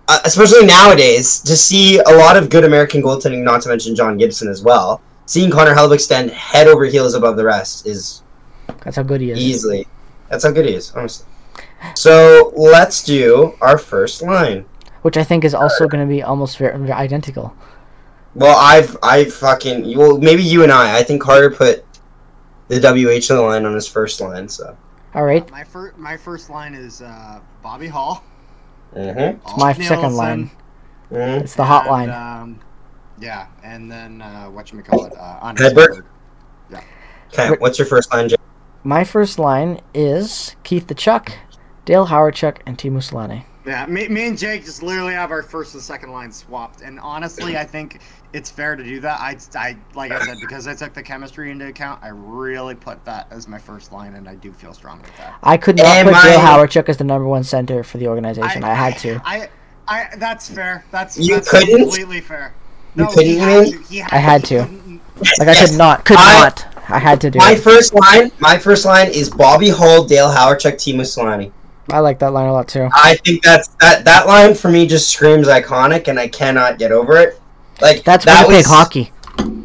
[SPEAKER 2] uh, especially nowadays, to see a lot of good American goaltending, not to mention John Gibson as well, seeing Connor Hellebuck stand head over heels above the rest is
[SPEAKER 1] That's how good he is.
[SPEAKER 2] easily. That's how good he is, honestly. So let's do our first line.
[SPEAKER 1] which I think is also going to be almost ver- identical.
[SPEAKER 2] Well, I've I fucking well maybe you and I. I think Carter put the WH on the line on his first line. So
[SPEAKER 1] All right,
[SPEAKER 3] My first, my first line is uh, Bobby Hall.
[SPEAKER 2] mm-hmm.
[SPEAKER 1] it's my second line. It's the hot line.
[SPEAKER 3] Um, yeah, and then uh, what you call it? Uh, Anders
[SPEAKER 2] Hedberg?
[SPEAKER 3] Hedberg.
[SPEAKER 2] okay. What's your first line, Jay?
[SPEAKER 1] My first line is Keith the Chuck, Dale Howard Chuck, and Timo Solani.
[SPEAKER 3] Yeah, me, me and Jake just literally have our first and second line swapped, and honestly, I think it's fair to do that. I, I like I said, because I took the chemistry into account, I really put that as my first line, and I do feel strong with that.
[SPEAKER 1] I could not
[SPEAKER 2] Am
[SPEAKER 1] put Joe
[SPEAKER 2] I-
[SPEAKER 1] Howardchuk as the number one center for the organization. I, had to.
[SPEAKER 3] I, I, that's fair. That's
[SPEAKER 2] You
[SPEAKER 3] that's
[SPEAKER 2] couldn't?
[SPEAKER 3] completely fair.
[SPEAKER 2] You
[SPEAKER 3] No,
[SPEAKER 2] couldn't
[SPEAKER 3] he had
[SPEAKER 2] even?
[SPEAKER 3] to. He
[SPEAKER 1] I had
[SPEAKER 3] he
[SPEAKER 1] to.
[SPEAKER 3] couldn't-
[SPEAKER 1] Like I could not, could
[SPEAKER 2] I-
[SPEAKER 1] not. I had to do
[SPEAKER 2] My
[SPEAKER 1] it.
[SPEAKER 2] first line, my first line is Bobby Hull, Dale Howarchuk, Timo Solani.
[SPEAKER 1] I like that line a lot too.
[SPEAKER 2] I think that's that that line for me just screams iconic, and I cannot get over it. Like
[SPEAKER 1] That's
[SPEAKER 2] that
[SPEAKER 1] Winnipeg
[SPEAKER 2] was,
[SPEAKER 1] hockey.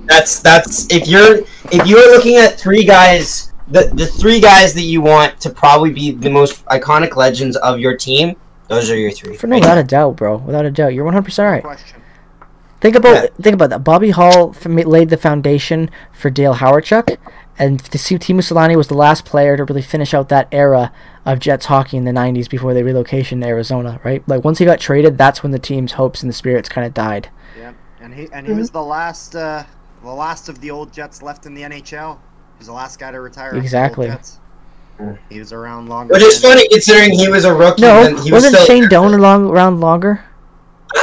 [SPEAKER 2] That's that's if you're if you're looking at three guys, the the three guys that you want to probably be the most iconic legends of your team. Those are your three.
[SPEAKER 1] For no, without a doubt, bro. Without a doubt, you're 100 percent right.
[SPEAKER 3] Question.
[SPEAKER 1] Think about
[SPEAKER 2] Yeah.
[SPEAKER 1] think about that. Bobby Hall f- ma- laid the foundation for Dale Howarchuk, and to see Timo Solani was the last player to really finish out that era of Jets hockey in the '90s before they relocation to Arizona. Right, like once he got traded, that's when the team's hopes and the spirits kind of died.
[SPEAKER 3] Yeah, and he and he was the last, uh, the last of the old Jets left in the NHL. He's the last guy to retire. from the old
[SPEAKER 1] Exactly.
[SPEAKER 3] Jets.
[SPEAKER 2] Mm.
[SPEAKER 3] He was around longer.
[SPEAKER 2] Which is
[SPEAKER 3] than-
[SPEAKER 2] funny considering he was a rookie.
[SPEAKER 1] No,
[SPEAKER 2] and he was
[SPEAKER 1] wasn't
[SPEAKER 2] still-
[SPEAKER 1] Shane Doan along around longer?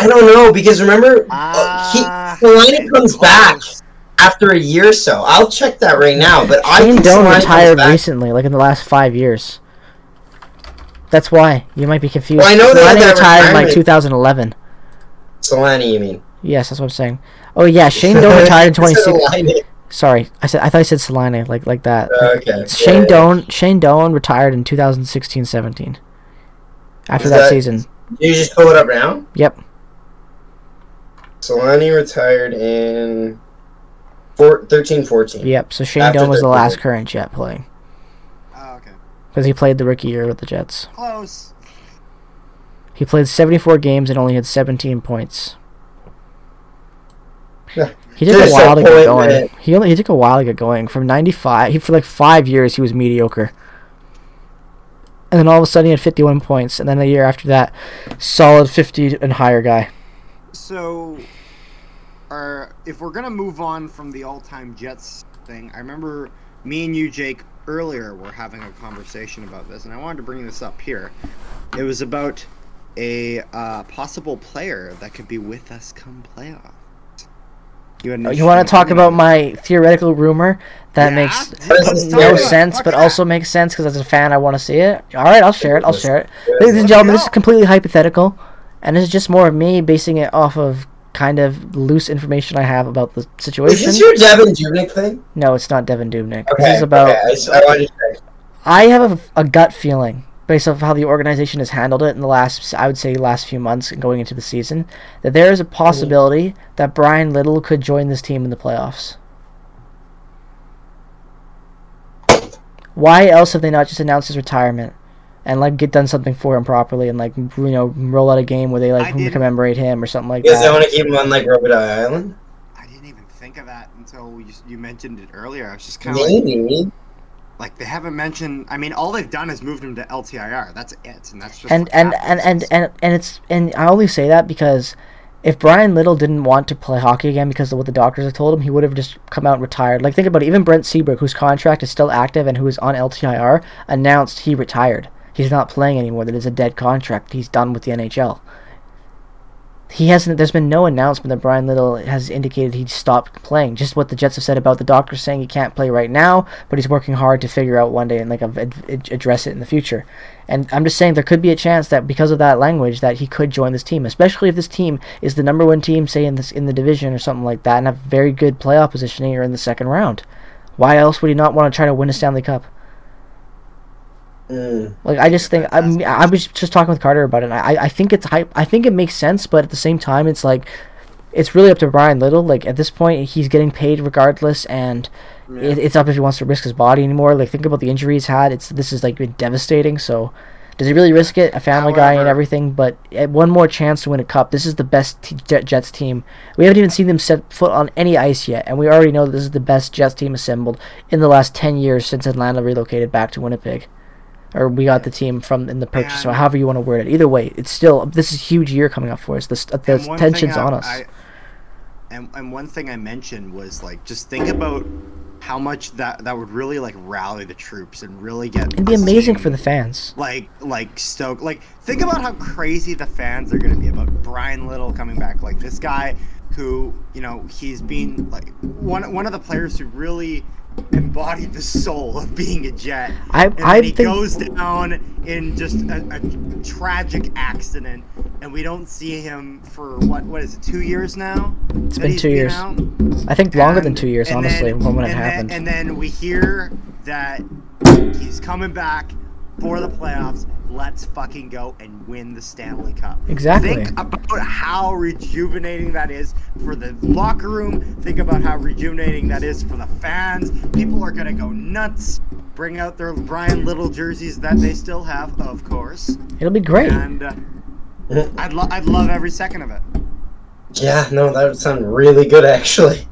[SPEAKER 2] I don't know because remember oh,
[SPEAKER 3] Ah,
[SPEAKER 2] he Solani
[SPEAKER 3] it's
[SPEAKER 2] comes back
[SPEAKER 3] close.
[SPEAKER 2] after a year or so. I'll check that right now. But I
[SPEAKER 1] Shane
[SPEAKER 2] think
[SPEAKER 1] Doan
[SPEAKER 2] Solani comes
[SPEAKER 1] retired
[SPEAKER 2] back.
[SPEAKER 1] recently, like in the last five years. That's why you might be confused.
[SPEAKER 2] Well, I know they had
[SPEAKER 1] Solani
[SPEAKER 2] that
[SPEAKER 1] retired in like
[SPEAKER 2] retirement.
[SPEAKER 1] 2011.
[SPEAKER 2] Solani, you mean?
[SPEAKER 1] Yes, that's what I'm saying. Oh yeah, Shane Doan retired in 2016.
[SPEAKER 2] Solani.
[SPEAKER 1] Sorry, I said I thought I said Solani, like like that.
[SPEAKER 2] Okay.
[SPEAKER 1] Shane
[SPEAKER 2] Uh, yeah.
[SPEAKER 1] Doan Shane Doan retired in 2016-17. After
[SPEAKER 2] Is
[SPEAKER 1] that,
[SPEAKER 2] that-
[SPEAKER 1] season,
[SPEAKER 2] You just pull it up now.
[SPEAKER 1] yep,
[SPEAKER 2] Solani retired in four, 13, 14.
[SPEAKER 1] yep. So Shane
[SPEAKER 2] After
[SPEAKER 1] Doan was
[SPEAKER 2] that
[SPEAKER 1] the last
[SPEAKER 2] season.
[SPEAKER 1] current Jet playing
[SPEAKER 3] Oh, okay.
[SPEAKER 1] because he played the rookie year with the Jets.
[SPEAKER 3] Close.
[SPEAKER 1] He played 74 games and only had 17 points.
[SPEAKER 2] Yeah.
[SPEAKER 1] He took a
[SPEAKER 2] Just a
[SPEAKER 1] while to get
[SPEAKER 2] point,
[SPEAKER 1] going.
[SPEAKER 2] man.
[SPEAKER 1] He only he took a while to get going. From 95, he for like five years he was mediocre, and then all of a sudden he had 51 points, and then a year after that, solid 50 and higher guy.
[SPEAKER 3] So, uh, if we're gonna move on from the all-time Jets thing, I remember me and you, Jake, earlier were having a conversation about this, and I wanted to bring this up here. It was about a uh, possible player that could be with us come playoff. You, had an
[SPEAKER 1] Oh, You want to
[SPEAKER 3] interesting
[SPEAKER 1] talk about
[SPEAKER 3] opinion.
[SPEAKER 1] my theoretical rumor that
[SPEAKER 3] Yeah,
[SPEAKER 1] makes
[SPEAKER 3] let's
[SPEAKER 2] Let's
[SPEAKER 3] talk
[SPEAKER 2] do
[SPEAKER 1] no
[SPEAKER 3] about it.
[SPEAKER 2] it.
[SPEAKER 1] sense,
[SPEAKER 3] Fuck
[SPEAKER 1] but
[SPEAKER 3] yeah.
[SPEAKER 1] also makes sense because as a fan I want to see it. All right, I'll share it. I'll share it. Ladies and
[SPEAKER 3] Let's
[SPEAKER 1] gentlemen, this
[SPEAKER 3] go.
[SPEAKER 1] is completely hypothetical, and this is just more of me basing it off of kind of loose information I have about the
[SPEAKER 2] Is this
[SPEAKER 1] situation.
[SPEAKER 2] your Devin Dubnik thing?
[SPEAKER 1] No, it's not Devin Dubnik.
[SPEAKER 2] Okay.
[SPEAKER 1] this is about.
[SPEAKER 2] Okay, I, s- I wanted to check.
[SPEAKER 1] I have a, a gut feeling based off how the organization has handled it in the last, I would say, last few months and going into the season, that there is a possibility that Brian Little could join this team in the playoffs. Why else have they not just announced his retirement? And like get done something for him properly, and like you know roll out a game where they
[SPEAKER 3] I
[SPEAKER 1] like
[SPEAKER 3] didn't-
[SPEAKER 1] commemorate him or something like
[SPEAKER 2] You guys
[SPEAKER 1] that.
[SPEAKER 2] don't want to keep him on like Robodai Island?
[SPEAKER 3] I didn't even think of that until you, you mentioned it earlier. I was just kind of like,
[SPEAKER 2] Maybe.
[SPEAKER 3] like, they haven't mentioned. I mean, all they've done is moved him to LTIR. That's it, and that's just
[SPEAKER 1] and
[SPEAKER 3] like
[SPEAKER 1] and,
[SPEAKER 3] half
[SPEAKER 1] and
[SPEAKER 3] the
[SPEAKER 1] and
[SPEAKER 3] season.
[SPEAKER 1] and and it's and I only say that because if Brian Little didn't want to play hockey again because of what the doctors had told him, he would have just come out and retired. Like think about it, even Brent Seabrook, whose contract is still active and who is on LTIR, announced he retired. He's not playing anymore. That is a dead contract. He's done with the NHL. He hasn't. There's been no announcement that Brian Little has indicated he stopped playing. Just what the Jets have said about the doctor saying he can't play right now, but he's working hard to figure out one day and like ad- ad- address it in the future. And I'm just saying there could be a chance that because of that language that he could join this team, especially if this team is the number one team, say in this in the division or something like that, and have very good playoff positioning or in the second round. Why else would he not want to try to win a Stanley Cup?
[SPEAKER 2] Mm.
[SPEAKER 1] Like I just think I'm, I was just talking with Carter about it. And I I think it's hype. I think it makes sense, but at the same time, it's like it's really up to Brian Little. Like at this point, he's getting paid regardless, and it, it's up if he wants to risk his body anymore. Like think about the injury he's had. It's this is like been devastating. So does he really risk it? A family guy and
[SPEAKER 3] However-
[SPEAKER 1] everything, but eh, one more chance to win a cup. This is the best t- Jet- Jets team. We haven't even seen them set foot on any ice yet, and we already know that this is the best Jets team assembled in the last ten years since Atlanta relocated back to Winnipeg or we got the team from in the purchase, or
[SPEAKER 3] And-
[SPEAKER 1] however you want to word it. Either way, it's still this is a huge year coming up for us. This uh, the
[SPEAKER 3] And one thing
[SPEAKER 1] tensions
[SPEAKER 3] I-
[SPEAKER 1] on us.
[SPEAKER 3] I- and, and one thing I mentioned was like just think about how much that that would really like rally the troops and really get.
[SPEAKER 1] It'd be amazing for
[SPEAKER 3] the
[SPEAKER 1] the fans.
[SPEAKER 3] like like Stoke. Like think about how crazy the fans are going to be about Brian Little coming back. Like this guy who you know he's been like one one of the players who really embodied the soul of being a Jet.
[SPEAKER 1] I-
[SPEAKER 3] and
[SPEAKER 1] I
[SPEAKER 3] then he
[SPEAKER 1] think-
[SPEAKER 3] goes down in just a, a tragic accident, and we don't see him for what what is it two years now? It's
[SPEAKER 1] been two years. I think longer than two years, honestly, from when it
[SPEAKER 3] and
[SPEAKER 1] happened.
[SPEAKER 3] Then, and then we hear that he's coming back for the playoffs. Let's fucking go and win the Stanley Cup.
[SPEAKER 1] Exactly.
[SPEAKER 3] Think about how rejuvenating that is for the locker room. Think about how rejuvenating that is for the fans. People are gonna go nuts. Bring out their Brian Little jerseys that they still have, of course.
[SPEAKER 1] It'll be great.
[SPEAKER 3] And uh, I'd, lo- I'd love every second of it.
[SPEAKER 2] Yeah, no, that would sound really good actually.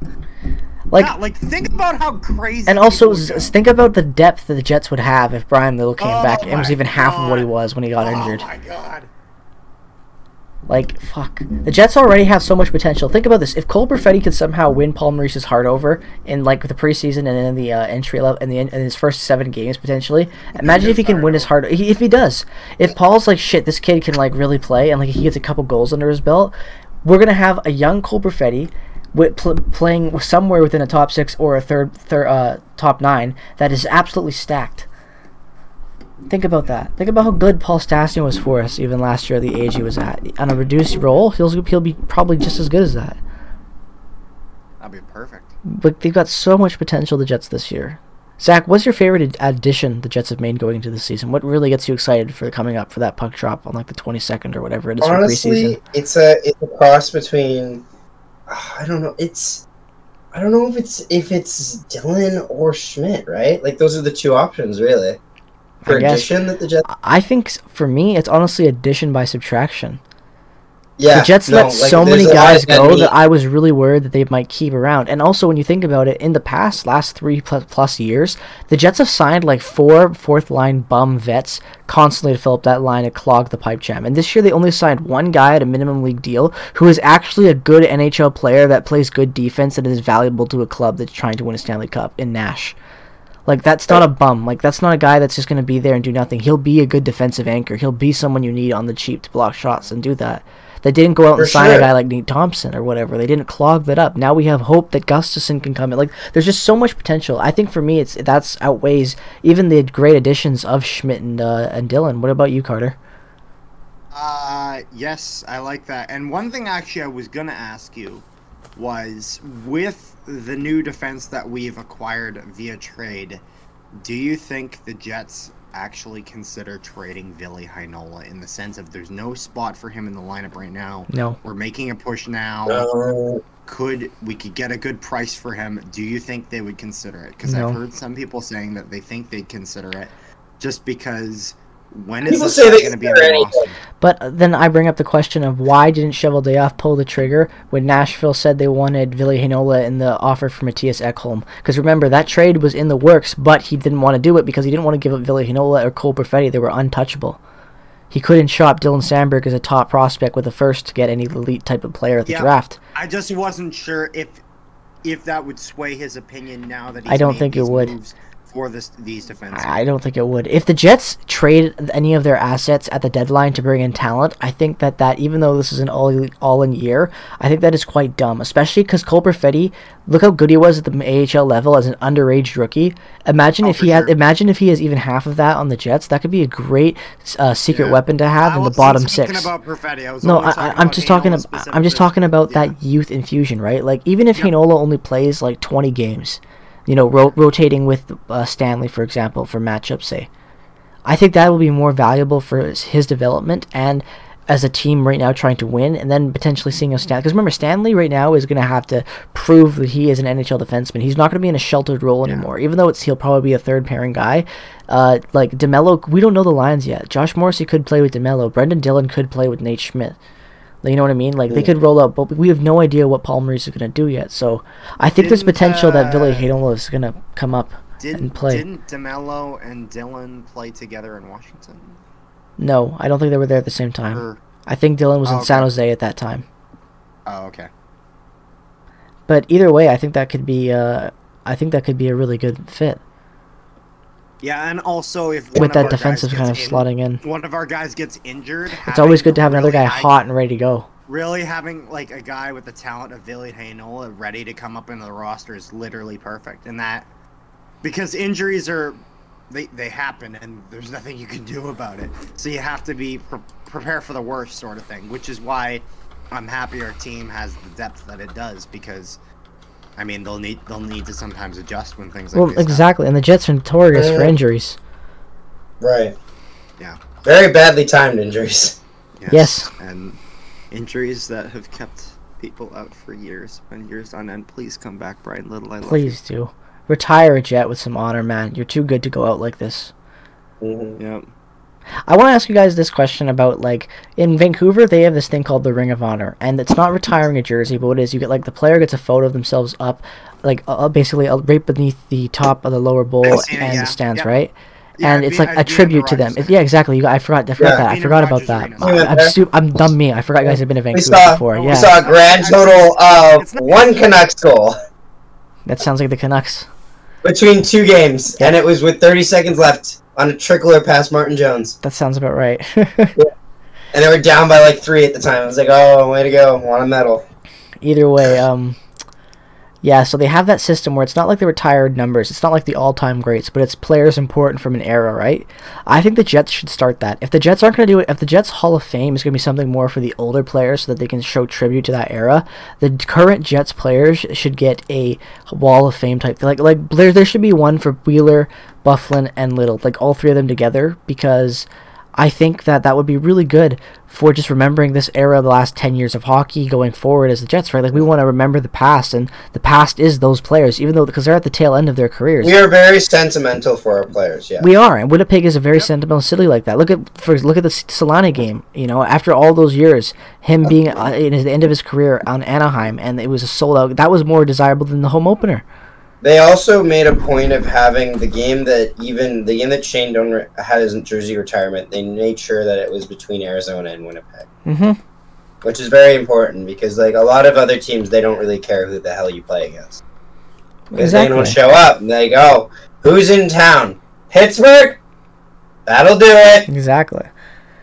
[SPEAKER 1] Like,
[SPEAKER 3] yeah, like think about how crazy.
[SPEAKER 1] and also
[SPEAKER 3] people would
[SPEAKER 1] z-
[SPEAKER 3] go.
[SPEAKER 1] think about the depth that the Jets would have if Brian Little came
[SPEAKER 3] Oh
[SPEAKER 1] back and was
[SPEAKER 3] my
[SPEAKER 1] even half of what he
[SPEAKER 3] God.
[SPEAKER 1] was when he got injured.
[SPEAKER 3] Oh my god.
[SPEAKER 1] Like, fuck. The Jets already have so much potential. Think about this: if Cole Perfetti could somehow win Paul Maurice's heart over in like the preseason and then the uh, entry level and the in his first seven games potentially, imagine if he can win his heart. He, if he does, if Paul's like shit, this kid can like really play, and like he gets a couple goals under his belt, we're gonna have a young Cole Perfetti. With pl- playing somewhere within a top six or a third, third uh, top nine, that is absolutely stacked. Think about that. Think about how good Paul Stastny was for us even last year at the age he was at. On a reduced role, he'll, he'll be probably just as good as that.
[SPEAKER 3] That'd be perfect.
[SPEAKER 1] But they've got so much potential, the Jets, this year. Zach, what's your favorite ad- addition the Jets have made going into this season? What really gets you excited for coming up for that puck drop on like the 22nd or whatever it is for
[SPEAKER 2] Honestly,
[SPEAKER 1] preseason?
[SPEAKER 2] it's a it's a cross between ah, I don't know. It's I don't know if it's if it's Dylan or Schmidt, right? Like those are the two options really. For
[SPEAKER 1] I guess.
[SPEAKER 2] addition that the Jets
[SPEAKER 1] I- I think s- for me, it's honestly addition by subtraction.
[SPEAKER 2] Yeah.
[SPEAKER 1] the Jets
[SPEAKER 2] no,
[SPEAKER 1] let
[SPEAKER 2] like,
[SPEAKER 1] so
[SPEAKER 2] there's
[SPEAKER 1] many
[SPEAKER 2] a lot
[SPEAKER 1] guys
[SPEAKER 2] of dead
[SPEAKER 1] go
[SPEAKER 2] meat.
[SPEAKER 1] that I was really worried that they might keep around. And also, when you think about it, in the past last three plus, plus years, the Jets have signed like four fourth line bum vets constantly to fill up that line and clog the pipe jam. And this year, they only signed one guy at a minimum league deal who is actually a good NHL player that plays good defense and is valuable to a club that's trying to win a Stanley Cup in Nash. Like that's not a bum. Like that's not a guy that's just gonna be there and do nothing. He'll be a good defensive anchor. He'll be someone you need on the cheap to block shots and do that. They didn't go out and
[SPEAKER 2] For
[SPEAKER 1] sign a
[SPEAKER 2] sure.
[SPEAKER 1] guy like Nate Thompson or whatever. They didn't clog that up. Now we have hope that Gustafson can come in. Like there's just so much potential. I think for me, it's that's outweighs even the great additions of Schmidt and uh, and Dylan. What about you, Carter?
[SPEAKER 3] Uh, yes, I like that. And one thing actually I was gonna ask you was with the new defense that we've acquired via trade, do you think the Jets actually consider trading Vili Heinola in the sense of there's no spot for him in the lineup right now?
[SPEAKER 1] No.
[SPEAKER 3] We're making a push now.
[SPEAKER 2] No,
[SPEAKER 3] Could we could get a good price for him? Do you think they would consider it? Because
[SPEAKER 1] No.
[SPEAKER 3] I've heard some people saying that they think they'd consider it, just because when is
[SPEAKER 2] people
[SPEAKER 3] this
[SPEAKER 2] say they
[SPEAKER 3] going to be
[SPEAKER 2] consider
[SPEAKER 3] a
[SPEAKER 2] anything.
[SPEAKER 3] loss?
[SPEAKER 1] But then I bring up the question of why didn't Cheval Dayoff pull the trigger when Nashville said they wanted Ville Hinola in the offer for Matthias Ekholm? Because remember, that trade was in the works, but he didn't want to do it because he didn't want to give up Ville Hinola or Cole Perfetti. They were untouchable. He couldn't shop Dylan Sandberg as a top prospect with a first to get any elite type of player at the
[SPEAKER 3] Yeah.
[SPEAKER 1] draft.
[SPEAKER 3] I just wasn't sure if if that would sway his opinion now that he's
[SPEAKER 1] I don't
[SPEAKER 3] made
[SPEAKER 1] think it
[SPEAKER 3] these
[SPEAKER 1] would.
[SPEAKER 3] moves for this these defenses.
[SPEAKER 1] I I don't think it would. If the Jets trade any of their assets at the deadline to bring in talent, I think that that even though this is an all all in year, I think that is quite dumb. Especially because Cole Perfetti, look how good he was at the AHL level as an underage rookie. Imagine if
[SPEAKER 3] Oh, for
[SPEAKER 1] he had.
[SPEAKER 3] sure.
[SPEAKER 1] Imagine if he has even half of that on the Jets. That could be a great uh, secret
[SPEAKER 3] Yeah.
[SPEAKER 1] weapon to have
[SPEAKER 3] I
[SPEAKER 1] in the
[SPEAKER 3] wasn't
[SPEAKER 1] bottom
[SPEAKER 3] talking
[SPEAKER 1] six.
[SPEAKER 3] about Perfetti. I was
[SPEAKER 1] No,
[SPEAKER 3] only
[SPEAKER 1] I,
[SPEAKER 3] talking
[SPEAKER 1] I, I'm
[SPEAKER 3] about
[SPEAKER 1] just talking.
[SPEAKER 3] Hainola
[SPEAKER 1] About, I'm just
[SPEAKER 3] specifically.
[SPEAKER 1] talking about
[SPEAKER 3] Yeah.
[SPEAKER 1] that youth infusion, right? Like even if Hainola only plays like 20 games, you know, ro- rotating with uh, Stanley, for example, for matchups, say, I think that will be more valuable for his, his development and as a team right now trying to win, and then potentially seeing a Stanley. Because remember, Stanley right now is going to have to prove that he is an NHL defenseman. He's not going to be in a sheltered role anymore, even though it's he'll probably be a third pairing guy. Uh, like Demelo, we don't know the lines yet. Josh Morrissey could play with Demelo. Brendan Dillon could play with Nate Schmidt. You know what I mean? Like they could roll up, but we have no idea what Paul Maurice is going to do yet. So I think there's
[SPEAKER 3] Didn't,
[SPEAKER 1] potential that
[SPEAKER 3] uh,
[SPEAKER 1] Ville Hadola is going to come up
[SPEAKER 3] Did,
[SPEAKER 1] and play.
[SPEAKER 3] Didn't Demelo and Dylan play together in Washington?
[SPEAKER 1] No, I don't think they were there at the same time.
[SPEAKER 3] Or,
[SPEAKER 1] I think Dylan was in
[SPEAKER 3] Oh,
[SPEAKER 1] San
[SPEAKER 3] okay.
[SPEAKER 1] Jose at that time.
[SPEAKER 3] oh, okay.
[SPEAKER 1] But either way, I think that could be uh, I think that could be a really good fit
[SPEAKER 3] Yeah, and also if one
[SPEAKER 1] with
[SPEAKER 3] of
[SPEAKER 1] that
[SPEAKER 3] our guys
[SPEAKER 1] defensive kind of
[SPEAKER 3] gets in-
[SPEAKER 1] slotting in.
[SPEAKER 3] One of our guys gets injured.
[SPEAKER 1] It's always good to have another
[SPEAKER 3] really
[SPEAKER 1] guy
[SPEAKER 3] high-
[SPEAKER 1] hot and ready to go.
[SPEAKER 3] Really having like a guy with the talent of Billy Hainola ready to come up into the roster is literally perfect, and that because injuries are they they happen, and there's nothing you can do about it. So you have to be pre- prepared for the worst sort of thing, which is why I'm happy our team has the depth that it does because. I mean, they'll need they'll need to sometimes adjust when things like
[SPEAKER 1] Well,
[SPEAKER 3] this happen.
[SPEAKER 1] exactly, and the Jets are notorious for
[SPEAKER 2] Uh,
[SPEAKER 1] injuries.
[SPEAKER 2] Right.
[SPEAKER 3] Yeah.
[SPEAKER 2] Very badly timed injuries.
[SPEAKER 1] Yes.
[SPEAKER 3] And injuries that have kept people out for years and years on end. Please come back, Brian Little. I love
[SPEAKER 1] Please do retire a Jet with some honor, man. You're too good to go out like this.
[SPEAKER 2] hmm
[SPEAKER 3] you. Yep.
[SPEAKER 1] I want to ask you guys this question about like in Vancouver they have this thing called the Ring of Honor, and it's not retiring a jersey, but what it is you get like the player gets a photo of themselves up, like uh, basically uh, right beneath the top of the lower bowl
[SPEAKER 3] I've
[SPEAKER 1] and
[SPEAKER 3] seen it, yeah.
[SPEAKER 1] the stands,
[SPEAKER 3] Yep.
[SPEAKER 1] right?
[SPEAKER 3] Yeah,
[SPEAKER 1] and
[SPEAKER 3] I'd
[SPEAKER 1] it's
[SPEAKER 3] be-
[SPEAKER 1] like
[SPEAKER 3] I'd
[SPEAKER 1] a
[SPEAKER 3] be in the
[SPEAKER 1] tribute to them.
[SPEAKER 3] Rogers
[SPEAKER 1] It- yeah, exactly. You, I forgot. I forgot
[SPEAKER 2] Yeah.
[SPEAKER 1] that. I
[SPEAKER 3] Being in
[SPEAKER 1] forgot about
[SPEAKER 3] Rogers
[SPEAKER 1] that.
[SPEAKER 3] Arena.
[SPEAKER 1] I-
[SPEAKER 2] Yeah,
[SPEAKER 1] I'm
[SPEAKER 2] there.
[SPEAKER 1] stu- I'm dumb. Me. I forgot you guys have been to Vancouver
[SPEAKER 2] saw-
[SPEAKER 1] before.
[SPEAKER 3] we
[SPEAKER 1] Yeah,
[SPEAKER 2] We saw a grand total of
[SPEAKER 3] It's not-
[SPEAKER 2] one Canucks goal
[SPEAKER 1] that sounds like the Canucks.
[SPEAKER 2] between two games, and it was with 30 seconds left on a trickler past Martin Jones.
[SPEAKER 1] That sounds about right.
[SPEAKER 2] And they were down by like three at the time. I was like, oh, way to go. Want a medal.
[SPEAKER 1] either way um yeah so they have that system where it's not like the retired numbers it's not like the all-time greats but it's players important from an era right i think the jets should start that if the jets aren't going to do it if the jets hall of fame is going to be something more for the older players so that they can show tribute to that era the current jets players should get a wall of fame type like like there, there should be one for wheeler bufflin and little like all three of them together because I think that that would be really good for just remembering this era of the last 10 years of hockey going forward as the Jets, right? Like, we want to remember the past, and the past is those players, even though, because they're at the tail end of their careers.
[SPEAKER 2] We are very sentimental for our players, yeah.
[SPEAKER 1] We are, and Winnipeg is a very sentimental city like that. Look at for look at the S- Solana game. You know, after all those years, him being uh, in his, the end of his career on Anaheim, and it was a sold out. That was more desirable than the home opener.
[SPEAKER 2] They also made a point of having the game that even the game that Shane Doan re- had his jersey retirement. They made sure that it was between Arizona and Winnipeg,
[SPEAKER 1] Mm-hmm.
[SPEAKER 2] which is very important because like a lot of other teams, they don't really care who the hell you play against because they
[SPEAKER 1] Exactly.
[SPEAKER 2] don't show up. And they go, "Who's in town? Pittsburgh? That'll do it."
[SPEAKER 1] Exactly.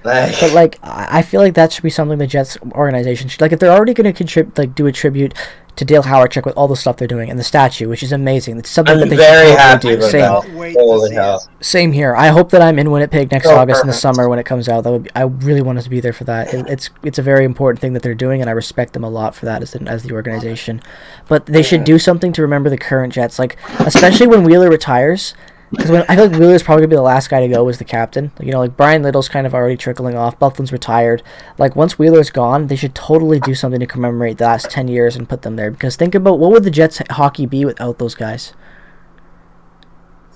[SPEAKER 2] Like,
[SPEAKER 1] But like, I I feel like that should be something the Jets organization should like. If they're already going to contribute, like do a tribute to Dale Howarchuk with all the stuff they're doing and the statue, which is amazing. It's something
[SPEAKER 2] I'm
[SPEAKER 1] that they
[SPEAKER 2] very
[SPEAKER 1] should
[SPEAKER 2] happy
[SPEAKER 1] probably do.
[SPEAKER 2] about
[SPEAKER 1] Same,
[SPEAKER 2] that.
[SPEAKER 3] Can't wait to
[SPEAKER 2] Holy
[SPEAKER 3] see
[SPEAKER 2] hell!
[SPEAKER 1] same here. I hope that I'm in Winnipeg next
[SPEAKER 2] Oh,
[SPEAKER 1] August in the
[SPEAKER 2] perfect.
[SPEAKER 1] summer when it comes out. That would be, I really want to be there for that. It, it's it's a very important thing that they're doing, and I respect them a lot for that as the, as the organization. But they should do something to remember the current Jets, like especially when Wheeler retires. Because I feel like Wheeler's probably gonna be the last guy to go as the captain. You know, like Brian Little's kind of already trickling off. Bufflin's retired. Like once Wheeler's gone, they should totally do something to commemorate the last ten years and put them there. Because think about what would the Jets hockey be without those guys?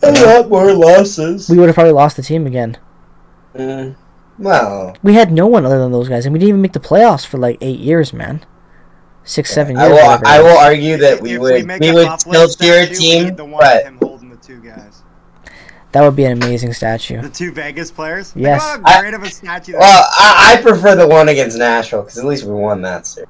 [SPEAKER 2] A lot more losses.
[SPEAKER 1] We would have probably lost the team again.
[SPEAKER 2] Mm, well,
[SPEAKER 1] we had no one other than those guys, and we didn't even make the playoffs for like eight years, man. Six, seven
[SPEAKER 2] I
[SPEAKER 1] years.
[SPEAKER 2] will.
[SPEAKER 1] whatever it
[SPEAKER 2] I will
[SPEAKER 1] is.
[SPEAKER 2] argue that
[SPEAKER 3] If
[SPEAKER 2] we would.
[SPEAKER 3] make
[SPEAKER 2] We
[SPEAKER 3] a
[SPEAKER 2] would
[SPEAKER 3] Buffalo
[SPEAKER 2] still cheer a
[SPEAKER 3] statue, we
[SPEAKER 2] team,
[SPEAKER 3] need the one
[SPEAKER 2] but
[SPEAKER 3] with him holding the two guys,
[SPEAKER 1] That would be an amazing statue.
[SPEAKER 3] the two Vegas players.
[SPEAKER 1] Yes.
[SPEAKER 3] Like, what a great of a statue. that-
[SPEAKER 2] Well, I, I prefer the one against Nashville because at least we won that series.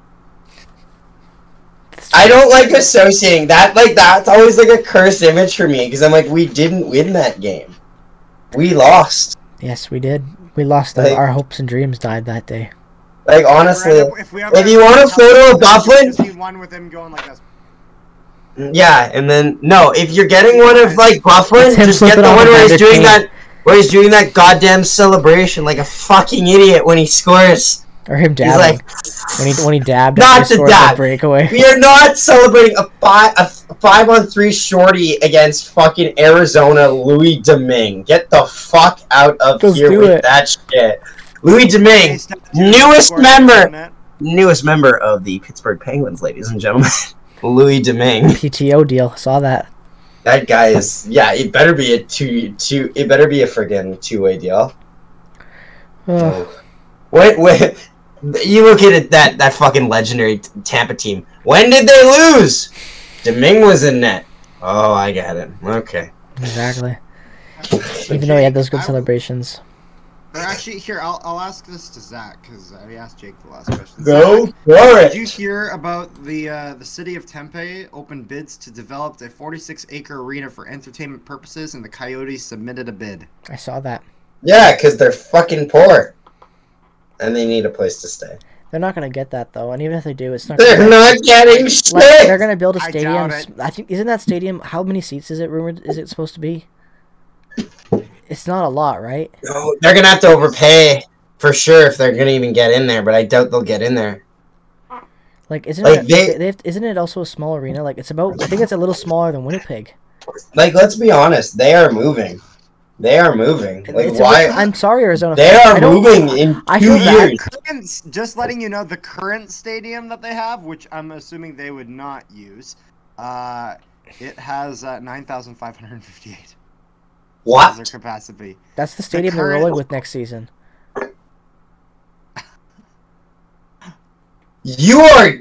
[SPEAKER 2] I don't like associating that. Like that's always like a cursed image for me because I'm like we didn't win that game. We lost.
[SPEAKER 1] Yes, we did. We lost.
[SPEAKER 2] Like-
[SPEAKER 1] The, our hopes and dreams died that day.
[SPEAKER 2] Like honestly,
[SPEAKER 3] if, we ever-
[SPEAKER 2] if you want a photo of Bufflin-
[SPEAKER 3] just need one with him going like this.
[SPEAKER 2] yeah. And then no, if you're getting one of like Bufflin,
[SPEAKER 1] It's him
[SPEAKER 2] just get the
[SPEAKER 1] slipping on
[SPEAKER 2] one
[SPEAKER 1] the
[SPEAKER 2] where he's
[SPEAKER 1] bag of
[SPEAKER 2] doing
[SPEAKER 1] paint.
[SPEAKER 2] that, where he's doing that goddamn celebration like a fucking idiot when he scores.
[SPEAKER 1] Or him
[SPEAKER 2] He's
[SPEAKER 1] dabbing when he when he dabbed. after
[SPEAKER 2] Not
[SPEAKER 1] he
[SPEAKER 2] to
[SPEAKER 1] scored the
[SPEAKER 2] dab.
[SPEAKER 1] breakaway.
[SPEAKER 2] We are not celebrating a five a five on three shorty against fucking Arizona Louis Domingue. Get the fuck out of
[SPEAKER 1] Just
[SPEAKER 2] here
[SPEAKER 1] do
[SPEAKER 2] with
[SPEAKER 1] it.
[SPEAKER 2] that shit. Louis Domingue,
[SPEAKER 3] Nice statue.
[SPEAKER 2] Newest
[SPEAKER 3] Scored
[SPEAKER 2] member.
[SPEAKER 3] on that.
[SPEAKER 2] newest member of the Pittsburgh Penguins, ladies and gentlemen. Louis Domingue.
[SPEAKER 1] PTO deal. Saw that.
[SPEAKER 2] That guy is yeah, it better be a two two it better be a friggin' two way deal.
[SPEAKER 1] Ugh.
[SPEAKER 2] Wait, wait you look at it, that that fucking legendary t- Tampa team. When did they lose? Domingue was in net. Oh, I got it. Okay.
[SPEAKER 1] exactly. Even though he had those good
[SPEAKER 3] I-
[SPEAKER 1] celebrations.
[SPEAKER 3] Or actually, here I'll, I'll ask this to Zach because I already asked Jake the last question.
[SPEAKER 2] Go
[SPEAKER 3] Zach,
[SPEAKER 2] for
[SPEAKER 3] did you
[SPEAKER 2] it.
[SPEAKER 3] hear about the uh, the city of Tempe opened bids to develop a 46 acre arena for entertainment purposes, and the Coyotes submitted a bid.
[SPEAKER 1] I saw that.
[SPEAKER 2] Yeah, because they're fucking poor, and they need a place to stay.
[SPEAKER 1] They're not gonna get that though, and even if they do, it's not.
[SPEAKER 2] They're
[SPEAKER 1] gonna,
[SPEAKER 2] not getting shit.
[SPEAKER 1] like, they're gonna build a
[SPEAKER 3] I
[SPEAKER 1] stadium.
[SPEAKER 3] doubt
[SPEAKER 1] s-
[SPEAKER 3] it.
[SPEAKER 1] I think isn't that stadium? How many seats is it rumored? Is it supposed to be? It's not a lot, right?
[SPEAKER 2] No, they're gonna have to overpay for sure if they're gonna even get in there. But I doubt they'll get in there.
[SPEAKER 1] Like isn't
[SPEAKER 2] Like,
[SPEAKER 1] it?
[SPEAKER 2] they-
[SPEAKER 1] They, have, isn't it also a small arena? Like it's about. I think it's a little smaller than Winnipeg.
[SPEAKER 2] Like, let's be honest, they are moving. They are moving. Like,
[SPEAKER 1] It's a
[SPEAKER 2] why?
[SPEAKER 1] bit- I'm sorry, Arizona.
[SPEAKER 2] they
[SPEAKER 1] fans, I
[SPEAKER 2] are
[SPEAKER 1] don't-
[SPEAKER 2] moving in
[SPEAKER 1] I
[SPEAKER 2] two
[SPEAKER 1] feel bad.
[SPEAKER 2] years.
[SPEAKER 3] Current, just letting you know, the current stadium that they have, which I'm assuming they would not use, uh, it has uh, 9,558 as their
[SPEAKER 2] What?
[SPEAKER 3] capacity.
[SPEAKER 1] That's the stadium they're
[SPEAKER 3] current-
[SPEAKER 1] rolling with next season.
[SPEAKER 2] You are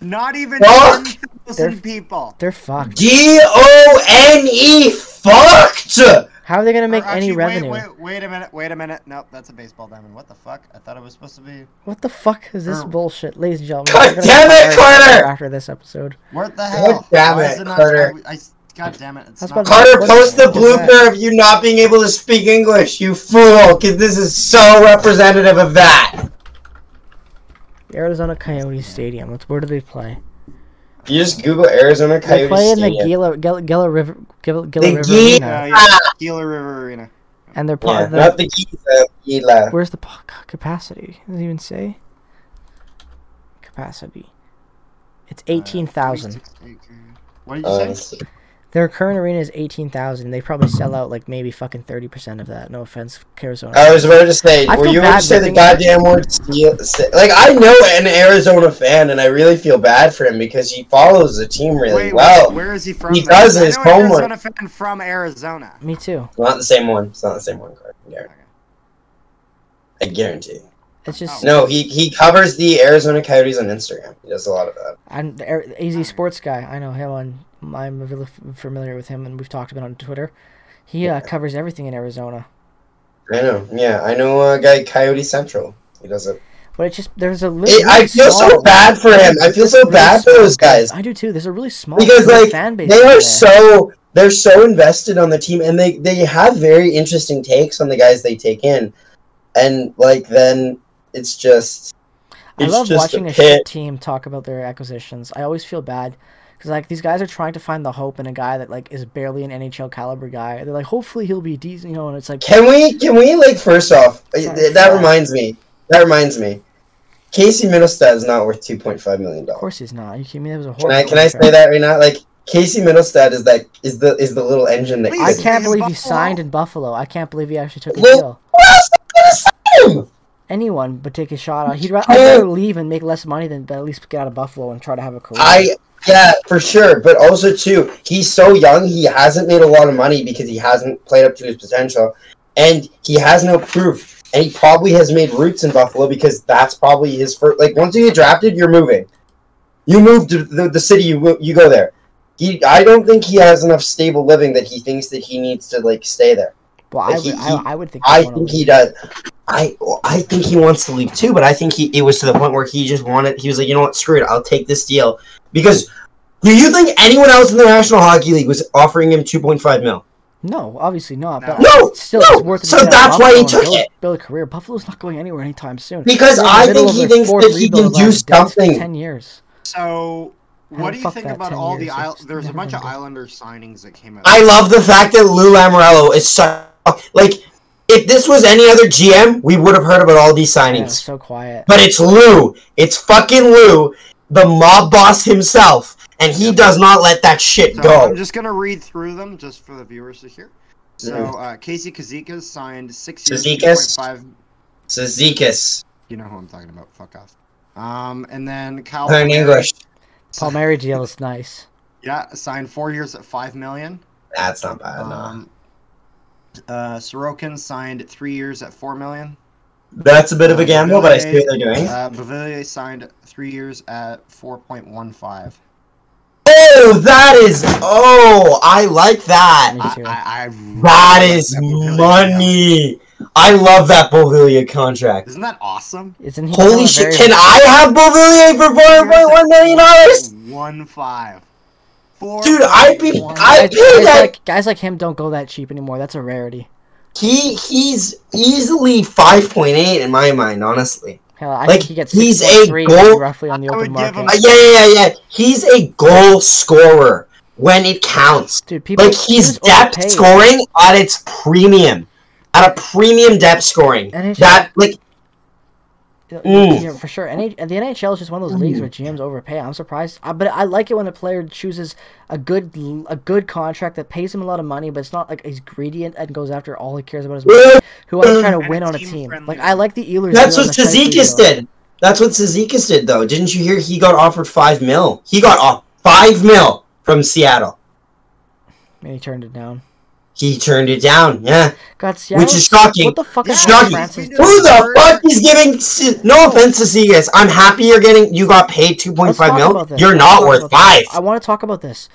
[SPEAKER 3] Not even
[SPEAKER 2] Fuck!
[SPEAKER 3] 1,000 people.
[SPEAKER 1] They're fucked.
[SPEAKER 2] D O N E fucked.
[SPEAKER 1] How are they gonna make
[SPEAKER 3] Or
[SPEAKER 1] any
[SPEAKER 3] actually,
[SPEAKER 1] revenue?
[SPEAKER 3] Wait, wait, wait a minute. Wait a minute. Nope, that's a baseball diamond. What the fuck? I thought it was supposed to be.
[SPEAKER 1] What the fuck is this
[SPEAKER 3] Or-
[SPEAKER 1] bullshit, ladies and gentlemen?
[SPEAKER 2] God
[SPEAKER 1] we're gonna
[SPEAKER 2] damn
[SPEAKER 1] get
[SPEAKER 2] it,
[SPEAKER 1] fired
[SPEAKER 2] Carter!
[SPEAKER 1] After this episode,
[SPEAKER 3] What the hell?
[SPEAKER 2] damn
[SPEAKER 3] Why
[SPEAKER 2] it,
[SPEAKER 3] is not-
[SPEAKER 2] Carter.
[SPEAKER 3] I, I- God damn it. It's
[SPEAKER 1] That's
[SPEAKER 3] not-
[SPEAKER 1] what-
[SPEAKER 2] Carter,
[SPEAKER 1] What-
[SPEAKER 2] post the
[SPEAKER 1] what is that?
[SPEAKER 2] blooper of you not being able to speak English, you fool, because this is so representative of that.
[SPEAKER 1] the Arizona Coyotes Stadium. Let's, where do they play?
[SPEAKER 2] You just Google Arizona
[SPEAKER 1] They
[SPEAKER 2] Coyotes.
[SPEAKER 1] play in the
[SPEAKER 2] Stadium.
[SPEAKER 1] Gila, Gila, Gila River, Gila, Gila
[SPEAKER 2] The
[SPEAKER 1] River
[SPEAKER 2] Gila-
[SPEAKER 1] Arena,
[SPEAKER 3] Yeah, yeah. Gila River Arena. Uh,
[SPEAKER 1] and they're
[SPEAKER 2] Yeah,
[SPEAKER 1] part.
[SPEAKER 2] not the Giza, Gila.
[SPEAKER 1] where's the p- capacity? Does it even say capacity?
[SPEAKER 3] Uh,
[SPEAKER 1] It's eighteen thousand.
[SPEAKER 3] What did you
[SPEAKER 2] Uh,
[SPEAKER 3] say?
[SPEAKER 1] Their current arena is eighteen thousand. They probably sell out like maybe fucking thirty percent of that. No offense, Arizona.
[SPEAKER 2] I was about to say,
[SPEAKER 1] I
[SPEAKER 2] were
[SPEAKER 1] feel
[SPEAKER 2] you about
[SPEAKER 1] bad
[SPEAKER 2] to say the
[SPEAKER 1] living-
[SPEAKER 2] goddamn word steal? Say, like, I know an Arizona fan, and I really feel bad for him because he follows the team really
[SPEAKER 3] Wait,
[SPEAKER 2] well.
[SPEAKER 3] wait, where is he from?
[SPEAKER 2] He
[SPEAKER 3] then?
[SPEAKER 2] does
[SPEAKER 3] I
[SPEAKER 2] his
[SPEAKER 3] know
[SPEAKER 2] homework.
[SPEAKER 3] Arizona fan from Arizona.
[SPEAKER 1] Me too.
[SPEAKER 2] It's not the same one. It's not the same one, Carter. I guarantee. I guarantee.
[SPEAKER 1] It's just
[SPEAKER 2] No, he he covers the Arizona Coyotes on Instagram. He does a lot of that.
[SPEAKER 1] I'm the Ar- the AZ sports guy. I know him on. I'm really f- familiar with him, and we've talked about it on Twitter. He uh, covers everything in Arizona,
[SPEAKER 2] I know. Yeah, I know a guy Coyote Central. He does it.
[SPEAKER 1] but it's just there's a. Really
[SPEAKER 2] it I feel so
[SPEAKER 1] small-
[SPEAKER 2] bad for him. I feel so
[SPEAKER 1] really
[SPEAKER 2] bad for
[SPEAKER 1] small
[SPEAKER 2] those guys
[SPEAKER 1] I do too. There's a really small
[SPEAKER 2] because
[SPEAKER 1] little
[SPEAKER 2] like
[SPEAKER 1] fan base.
[SPEAKER 2] they
[SPEAKER 1] out
[SPEAKER 2] are
[SPEAKER 1] there.
[SPEAKER 2] so they're so invested on the team and they they have very interesting takes on the guys they take in, and like then it's just
[SPEAKER 1] I
[SPEAKER 2] it's
[SPEAKER 1] love
[SPEAKER 2] just
[SPEAKER 1] watching
[SPEAKER 2] a
[SPEAKER 1] a
[SPEAKER 2] pit.
[SPEAKER 1] shit team talk about their acquisitions. I always feel bad because like these guys are trying to find the hope in a guy that like is barely an NHL caliber guy. They're like, hopefully he'll be decent, you know. And it's like,
[SPEAKER 2] Can we? Can we? Like, first off,
[SPEAKER 1] Sorry,
[SPEAKER 2] th- that
[SPEAKER 1] sorry.
[SPEAKER 2] reminds me. That reminds me. Casey Middlestad is not worth two point five million
[SPEAKER 1] of
[SPEAKER 2] dollars.
[SPEAKER 1] course he's not. Are you kidding me? That was a
[SPEAKER 2] Can
[SPEAKER 1] horrible.
[SPEAKER 2] I? Can I say
[SPEAKER 1] contract.
[SPEAKER 2] that right now? Like, Casey Middlestad is that is the is the little engine that.
[SPEAKER 3] Please
[SPEAKER 1] I
[SPEAKER 2] keeps-
[SPEAKER 1] can't
[SPEAKER 3] He's
[SPEAKER 1] believe he
[SPEAKER 3] Buffalo.
[SPEAKER 1] signed in Buffalo. I can't believe he actually took a
[SPEAKER 2] Well-
[SPEAKER 1] deal.
[SPEAKER 2] What else is gonna save him?
[SPEAKER 1] anyone but take a shot on. He'd ra- I'd rather leave and make less money than but at least get out of Buffalo and try to have a career.
[SPEAKER 2] I yeah, for sure. But also too, he's so young. He hasn't made a lot of money because he hasn't played up to his potential, and he has no proof. And he probably has made roots in Buffalo because that's probably his first. Like once you get drafted, you're moving. You move to the, the city. You wo- you go there. He, I don't think he has enough stable living that he thinks that he needs to like stay there.
[SPEAKER 1] well, I would,
[SPEAKER 2] he-
[SPEAKER 1] I,
[SPEAKER 2] he-
[SPEAKER 1] I would think.
[SPEAKER 2] I
[SPEAKER 1] he'd wanna
[SPEAKER 2] think
[SPEAKER 1] leave.
[SPEAKER 2] he does. I I think he wants to leave too, but I think he it was to the point where he just wanted. He was like, you know what, screw it, I'll take this deal because do you think anyone else in the National Hockey League was offering him two point five mil?
[SPEAKER 1] No, obviously not. But
[SPEAKER 2] No,
[SPEAKER 1] it's still,
[SPEAKER 2] no,
[SPEAKER 1] it's worth it.
[SPEAKER 2] so
[SPEAKER 1] to get
[SPEAKER 2] that's
[SPEAKER 1] out of
[SPEAKER 2] why he
[SPEAKER 1] Buffalo and
[SPEAKER 2] took
[SPEAKER 1] build,
[SPEAKER 2] it.
[SPEAKER 1] Build a career. Buffalo's not going anywhere anytime soon.
[SPEAKER 2] Because
[SPEAKER 1] They're in the
[SPEAKER 2] I
[SPEAKER 1] middle
[SPEAKER 2] think
[SPEAKER 1] of
[SPEAKER 2] he
[SPEAKER 1] their
[SPEAKER 2] thinks
[SPEAKER 1] fourth
[SPEAKER 2] that he
[SPEAKER 1] rebuild
[SPEAKER 2] can
[SPEAKER 1] of the
[SPEAKER 2] do
[SPEAKER 1] last depth for
[SPEAKER 2] something.
[SPEAKER 1] Ten years.
[SPEAKER 3] So,
[SPEAKER 1] How
[SPEAKER 3] what
[SPEAKER 1] the
[SPEAKER 3] do you
[SPEAKER 1] fuck
[SPEAKER 3] think
[SPEAKER 1] that
[SPEAKER 3] about
[SPEAKER 1] 10
[SPEAKER 3] all the
[SPEAKER 1] years?
[SPEAKER 3] isl-
[SPEAKER 1] It's
[SPEAKER 3] There's a
[SPEAKER 1] never
[SPEAKER 3] bunch of
[SPEAKER 1] gonna be-
[SPEAKER 3] Islander signings that came out.
[SPEAKER 2] I love the fact that Lou Lamorello is so like. If this was any other GM, we would have heard about all these
[SPEAKER 1] Yeah,
[SPEAKER 2] signings.
[SPEAKER 1] so quiet.
[SPEAKER 2] But it's Lou. It's fucking Lou, the mob boss himself, and he does not let that shit
[SPEAKER 3] So
[SPEAKER 2] go.
[SPEAKER 3] I'm just gonna read through them just for the viewers to hear. So uh, Casey Kazikas signed six years, two point
[SPEAKER 2] Mm. Kazikas?
[SPEAKER 3] five.
[SPEAKER 2] Sezikis.
[SPEAKER 3] You know who I'm talking about? Fuck off. Um, and then Kyle
[SPEAKER 2] In
[SPEAKER 3] Palmieri-
[SPEAKER 2] English.
[SPEAKER 1] Palmieri deal is nice.
[SPEAKER 3] Yeah, signed four years at five million.
[SPEAKER 2] That's not bad. no.
[SPEAKER 3] Um, uh, Sorokin signed three years at four million.
[SPEAKER 2] That's a bit of a gamble, but I see what they're doing.
[SPEAKER 3] Uh, Bavillier signed three years at four point one five.
[SPEAKER 2] Oh, that is. Oh, I like that.
[SPEAKER 1] Me
[SPEAKER 3] I,
[SPEAKER 1] too.
[SPEAKER 3] I, I really
[SPEAKER 2] That
[SPEAKER 3] like
[SPEAKER 2] is
[SPEAKER 3] that Bavillier deal.
[SPEAKER 2] money. I love that Bovillier contract.
[SPEAKER 3] Isn't that awesome?
[SPEAKER 1] Isn't he
[SPEAKER 2] Holy
[SPEAKER 1] doing
[SPEAKER 2] shit,
[SPEAKER 1] very-
[SPEAKER 2] can I have Bovillier for $4.1 million? dollars?
[SPEAKER 3] One five. Four.
[SPEAKER 2] Dude, I'd be-
[SPEAKER 3] one-
[SPEAKER 2] I-
[SPEAKER 1] Guys,
[SPEAKER 2] pay
[SPEAKER 1] guys
[SPEAKER 2] that-
[SPEAKER 1] like, guys like him don't go that cheap anymore. That's a rarity.
[SPEAKER 2] He he's easily 5.8 in my mind, honestly.
[SPEAKER 1] Hell, I
[SPEAKER 2] Like,
[SPEAKER 1] think he gets
[SPEAKER 2] he's a
[SPEAKER 1] 6.3
[SPEAKER 2] goal-
[SPEAKER 1] roughly on the
[SPEAKER 3] I
[SPEAKER 1] open
[SPEAKER 3] would give him-
[SPEAKER 1] market.
[SPEAKER 2] Uh, yeah, yeah, yeah, yeah. He's a goal scorer when it counts.
[SPEAKER 1] Dude, people
[SPEAKER 2] Like
[SPEAKER 1] he
[SPEAKER 2] he's
[SPEAKER 1] was
[SPEAKER 2] depth
[SPEAKER 1] overpaid.
[SPEAKER 2] scoring at its premium, at a premium depth scoring.
[SPEAKER 1] NHL.
[SPEAKER 2] That like
[SPEAKER 1] You know,
[SPEAKER 2] Mm.
[SPEAKER 1] yeah, for sure. NH- the NHL is just one of those leagues where GMs overpay. I'm surprised, I, but I like it when a player chooses a good l- a good contract that pays him a lot of money, but it's not like he's greedy and, and goes after all he cares about is money. Who is trying to
[SPEAKER 3] And
[SPEAKER 1] win
[SPEAKER 3] it's
[SPEAKER 1] on a team?
[SPEAKER 3] team-friendly.
[SPEAKER 1] Like I like the Ehlers.
[SPEAKER 2] that's
[SPEAKER 1] deal
[SPEAKER 2] what
[SPEAKER 1] and the Scheifele
[SPEAKER 2] Zizekas
[SPEAKER 1] deal.
[SPEAKER 2] did. That's what Zizekas did though. Didn't you hear he got offered five mil? He got off five mil from Seattle.
[SPEAKER 1] and he turned it down.
[SPEAKER 2] He turned it down. Yeah.
[SPEAKER 1] God, Seattle,
[SPEAKER 2] is shocking.
[SPEAKER 1] What the fuck
[SPEAKER 2] It's
[SPEAKER 1] is
[SPEAKER 2] shocking.
[SPEAKER 1] Francis
[SPEAKER 3] Who
[SPEAKER 1] doing?
[SPEAKER 2] Who the
[SPEAKER 3] Or-
[SPEAKER 2] fuck is giving? Se- No offense to Seagus, I'm happy you're getting. You got paid two point
[SPEAKER 1] Let's
[SPEAKER 2] five
[SPEAKER 1] talk
[SPEAKER 2] mil.
[SPEAKER 1] about this.
[SPEAKER 2] You're
[SPEAKER 1] Let's
[SPEAKER 2] not
[SPEAKER 1] talk
[SPEAKER 2] worth
[SPEAKER 1] about this.
[SPEAKER 2] five.
[SPEAKER 1] I want to talk about this.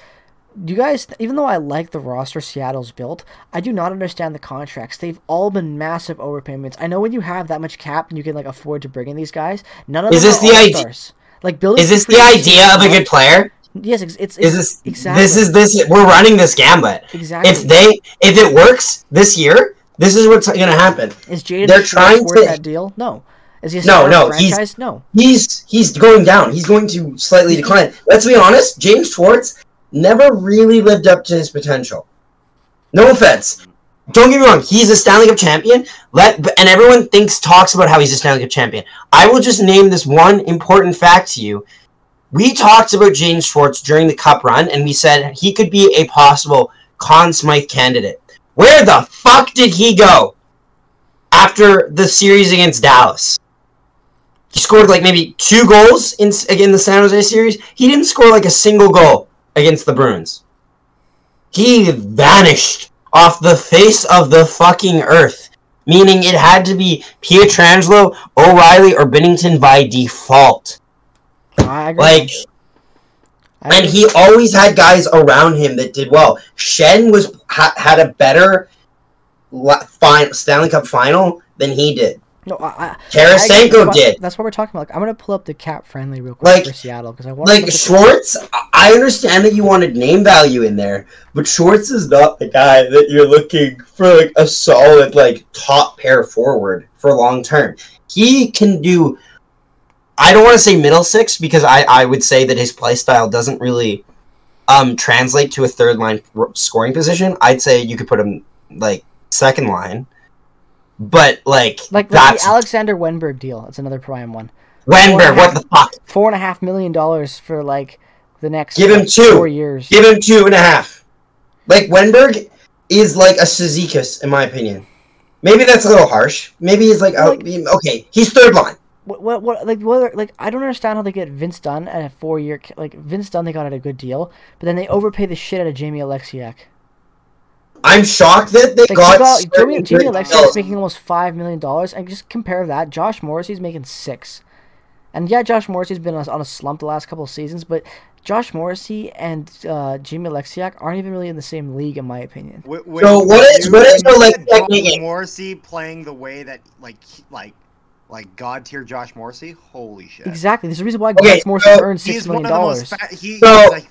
[SPEAKER 1] Do you guys, even though I like the roster Seattle's built, I do not understand the contracts. They've all been massive overpayments. I know when you have that much cap and you can like afford to bring in these guys, none of
[SPEAKER 2] Is
[SPEAKER 1] them
[SPEAKER 2] this
[SPEAKER 1] are
[SPEAKER 2] the ide-
[SPEAKER 1] all-stars. Like building.
[SPEAKER 2] Is this
[SPEAKER 1] free
[SPEAKER 2] the
[SPEAKER 1] agents
[SPEAKER 2] idea of a
[SPEAKER 1] around-
[SPEAKER 2] good player?
[SPEAKER 1] Yes, it's, it's,
[SPEAKER 2] Is this
[SPEAKER 1] exactly
[SPEAKER 2] this is this? We're running this gambit.
[SPEAKER 1] exactly.
[SPEAKER 2] If they if it works this year, this is what's gonna happen.
[SPEAKER 1] is Jaden
[SPEAKER 2] they're
[SPEAKER 1] Schwartz
[SPEAKER 2] trying
[SPEAKER 1] worth
[SPEAKER 2] to-
[SPEAKER 1] that deal? No. Is he a
[SPEAKER 2] No,
[SPEAKER 1] Seattle
[SPEAKER 2] no, he's-
[SPEAKER 1] franchise? No.
[SPEAKER 2] He's he's going down. He's going to slightly decline. Let's be honest. James Schwartz never really lived up to his potential. No offense. Don't get me wrong. He's a Stanley Cup champion. Let and everyone thinks talks about how he's a Stanley Cup champion. I will just name this one important fact to you. We talked about James Schwartz during the Cup run, and we said he could be a possible Conn Smythe candidate. Where the fuck did he go after the series against Dallas? he scored like maybe two goals in again the San Jose series. He didn't score like a single goal against the Bruins. He vanished off the face of the fucking earth. Meaning it had to be Pietrangelo, O'Reilly, or Bennington by default.
[SPEAKER 1] I agree.
[SPEAKER 2] Like,
[SPEAKER 1] I
[SPEAKER 2] and
[SPEAKER 1] agree.
[SPEAKER 2] he always had guys around him that did well. Shen was ha- had a better la- fin- Stanley Cup final than he did.
[SPEAKER 1] no, I, I, I-
[SPEAKER 2] Tarasenko
[SPEAKER 1] that's-
[SPEAKER 2] did.
[SPEAKER 1] That's what we're talking about. Like, I'm gonna pull up the cap friendly real quick
[SPEAKER 2] Like-
[SPEAKER 1] for Seattle because I want
[SPEAKER 2] like Schwartz, I- I understand that you wanted name value in there, but Schwartz is not the guy that you're looking for like a solid like top pair forward for long term. He can do I don't want to say middle six because I, I would say that his play style doesn't really um translate to a third line r- scoring position. I'd say you could put him like second line. But like,
[SPEAKER 1] Like like
[SPEAKER 2] that's
[SPEAKER 1] the Alexander Wenberg deal. That's another prime one.
[SPEAKER 2] Wenberg, what the fuck?
[SPEAKER 1] Four and a half million dollars for like the next
[SPEAKER 2] Give him
[SPEAKER 1] like,
[SPEAKER 2] two.
[SPEAKER 1] four years.
[SPEAKER 2] Give him two and a half. Like Wenberg is like a Sizikas, in my opinion. Maybe that's a little harsh. Maybe he's like,
[SPEAKER 1] Like-
[SPEAKER 2] oh, okay, he's third line.
[SPEAKER 1] What, what, what like what are- like I don't understand how they get Vince Dunn at a four year like Vince Dunn they got at a good deal, but then they overpay the shit out of Jamie Alexiak.
[SPEAKER 2] I'm shocked that they
[SPEAKER 1] Like you
[SPEAKER 2] got,
[SPEAKER 1] got Jamie,
[SPEAKER 2] certain
[SPEAKER 1] Jamie
[SPEAKER 2] great
[SPEAKER 1] Alexiak's
[SPEAKER 2] players.
[SPEAKER 1] making almost five million dollars, and just compare that. Josh Morrissey's making six, and yeah, Josh Morrissey's been on a- on a slump the last couple of seasons, but Josh Morrissey and uh, Jamie Alexiak aren't even really in the same league, in my opinion.
[SPEAKER 3] Wh- when
[SPEAKER 2] So what is- what is
[SPEAKER 3] when
[SPEAKER 2] your, like,
[SPEAKER 3] said John
[SPEAKER 2] technique?
[SPEAKER 3] Morrissey playing the way that like he- like like god tier Josh Morrissey? Holy shit!
[SPEAKER 1] Exactly. There's a reason why
[SPEAKER 2] Okay,
[SPEAKER 1] Josh Morrison
[SPEAKER 2] so
[SPEAKER 1] earned six
[SPEAKER 3] He's one
[SPEAKER 1] million
[SPEAKER 3] of the most.
[SPEAKER 1] dollars.
[SPEAKER 3] Fa- he
[SPEAKER 2] So-
[SPEAKER 3] is a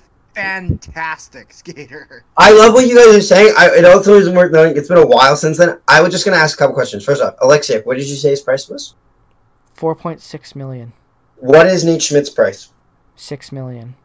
[SPEAKER 3] fantastic skater.
[SPEAKER 2] I love what you guys are saying. I, it also isn't worth knowing. It's been a while since then. I was just gonna ask a couple questions. First off, Alexiak, what did you say his price was?
[SPEAKER 1] Four point six million.
[SPEAKER 2] What is Nate Schmidt's price?
[SPEAKER 1] Six million.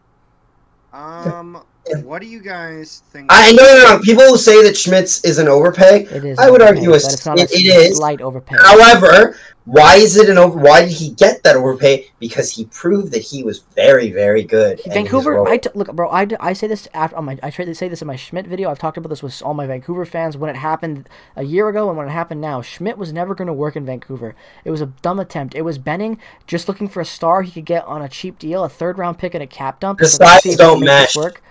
[SPEAKER 3] Um, what do you guys think?
[SPEAKER 2] I I know you're wrong. People say that Schmidt's is an overpay.
[SPEAKER 1] It is.
[SPEAKER 2] I
[SPEAKER 1] an
[SPEAKER 2] would
[SPEAKER 1] overpay,
[SPEAKER 2] argue a
[SPEAKER 1] but
[SPEAKER 2] s-
[SPEAKER 1] it's not a
[SPEAKER 2] it- it is.
[SPEAKER 1] slight overpay.
[SPEAKER 2] However, why is it an over? Why did he get that overpay? Because he proved that he was very, very good. in his
[SPEAKER 1] Vancouver,
[SPEAKER 2] role.
[SPEAKER 1] I t- look, bro. I, d- I say this after on my I try to say this in my Schmidt video. I've talked about this with all my Vancouver fans when it happened a year ago and when it happened now. Schmidt was never going to work in Vancouver. It was a dumb attempt. It was Benning just looking for a star he could get on a cheap deal, a third round pick and a cap dump.
[SPEAKER 2] The
[SPEAKER 1] He's like, "Let's
[SPEAKER 2] sides
[SPEAKER 1] see if we can
[SPEAKER 2] don't
[SPEAKER 1] make this
[SPEAKER 2] mesh."
[SPEAKER 1] Work.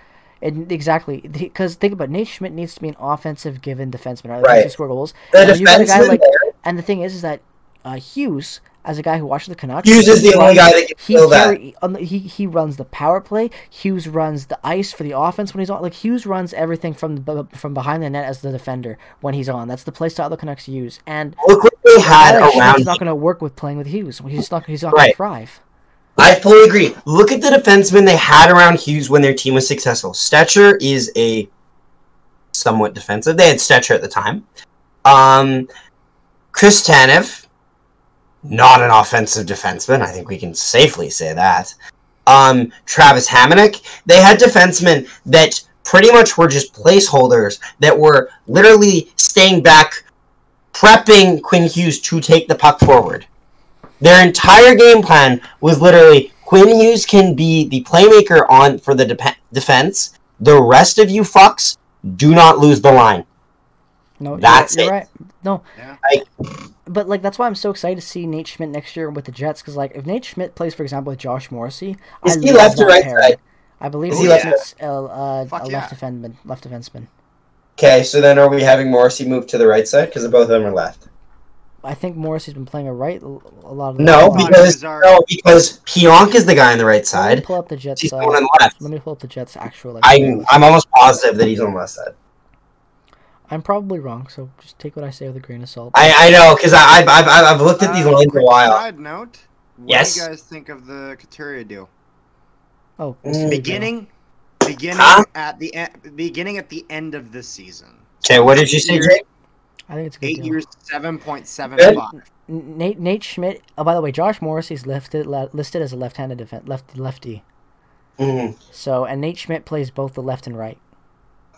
[SPEAKER 1] And exactly, because think about it, Nate Schmidt needs to be an offensive given defenseman, right? He
[SPEAKER 2] Right.
[SPEAKER 1] needs to score goals.
[SPEAKER 2] the
[SPEAKER 1] and you got a guy
[SPEAKER 2] defenseman
[SPEAKER 1] like-
[SPEAKER 2] there,
[SPEAKER 1] And the thing is, is that uh, Hughes as a guy who watches the Canucks.
[SPEAKER 2] Hughes is the only guy that can
[SPEAKER 1] he
[SPEAKER 2] fill that.
[SPEAKER 1] carry- on the- he he runs the power play. Hughes runs the ice for the offense when he's on. Like Hughes runs everything from the- from behind the net as the defender when he's on. That's the play style the Canucks use. And
[SPEAKER 2] Look what they had
[SPEAKER 1] Alex Schmidt's
[SPEAKER 2] around.
[SPEAKER 1] not going to work with playing with Hughes. He's not he's not going
[SPEAKER 2] Right.
[SPEAKER 1] to thrive.
[SPEAKER 2] I fully agree. Look at the defensemen they had around Hughes when their team was successful. Stetcher is a somewhat defensive. They had Stetcher at the time. Um, Chris Tanev, not an offensive defenseman. I think we can safely say that. Um, Travis Hamonic. They had defensemen that pretty much were just placeholders that were literally staying back, prepping Quinn Hughes to take the puck forward. Their entire game plan was literally Quinn Hughes can be the playmaker on for the dep defense. The rest of you fucks do not lose the line.
[SPEAKER 1] No, you're-
[SPEAKER 2] That's
[SPEAKER 1] you're
[SPEAKER 2] it.
[SPEAKER 1] right. No,
[SPEAKER 3] Yeah.
[SPEAKER 1] but like that's why I'm so excited to see Nate Schmidt next year with the Jets because like if Nate Schmidt plays for example with Josh Morrissey,
[SPEAKER 2] Is
[SPEAKER 1] I
[SPEAKER 2] he
[SPEAKER 1] love
[SPEAKER 2] left or
[SPEAKER 1] that
[SPEAKER 2] right
[SPEAKER 1] pairing.
[SPEAKER 2] side?
[SPEAKER 1] I believe
[SPEAKER 2] Is
[SPEAKER 1] it's
[SPEAKER 2] he
[SPEAKER 3] left-
[SPEAKER 1] a, uh,
[SPEAKER 3] Fuck
[SPEAKER 1] a
[SPEAKER 3] yeah.
[SPEAKER 1] left defenseman. Left defenseman.
[SPEAKER 2] Okay, so then are we having Morrissey move to the right side because both of them are left? I
[SPEAKER 1] I think Morrissey's been playing a right l- a lot of the
[SPEAKER 2] No,
[SPEAKER 1] time.
[SPEAKER 3] Pionk
[SPEAKER 2] because
[SPEAKER 3] is our-
[SPEAKER 2] no, because Pionk is the guy on the right
[SPEAKER 1] Let me
[SPEAKER 2] side.
[SPEAKER 1] pull up the Jets.
[SPEAKER 2] He's the
[SPEAKER 1] uh,
[SPEAKER 2] one on the left.
[SPEAKER 1] let me pull up the Jets actual. Like,
[SPEAKER 2] I'm I'm almost positive that he's on the left side.
[SPEAKER 1] I'm probably wrong, so just take what I say with a grain of salt.
[SPEAKER 2] I, I know because I've, I've I've looked at these
[SPEAKER 3] Uh,
[SPEAKER 2] lines for
[SPEAKER 3] quick
[SPEAKER 2] a while.
[SPEAKER 3] Side note. What
[SPEAKER 2] Yes.
[SPEAKER 3] do you guys think of the Katuria deal?
[SPEAKER 1] oh,
[SPEAKER 2] Mm.
[SPEAKER 1] Sergei.
[SPEAKER 3] Beginning, beginning
[SPEAKER 2] Huh?
[SPEAKER 3] at the e- beginning at the end of the season.
[SPEAKER 2] Okay, what did you say,
[SPEAKER 3] Eight
[SPEAKER 2] Jake?
[SPEAKER 1] I think it's a good
[SPEAKER 3] Eight
[SPEAKER 1] deal.
[SPEAKER 3] years, seven point seven five.
[SPEAKER 1] N- Nate Nate Schmidt. Oh, by the way, Josh Morrissey's listed listed as a left-handed defen- left lefty.
[SPEAKER 2] Mhm.
[SPEAKER 1] So and Nate Schmidt plays both the left and right.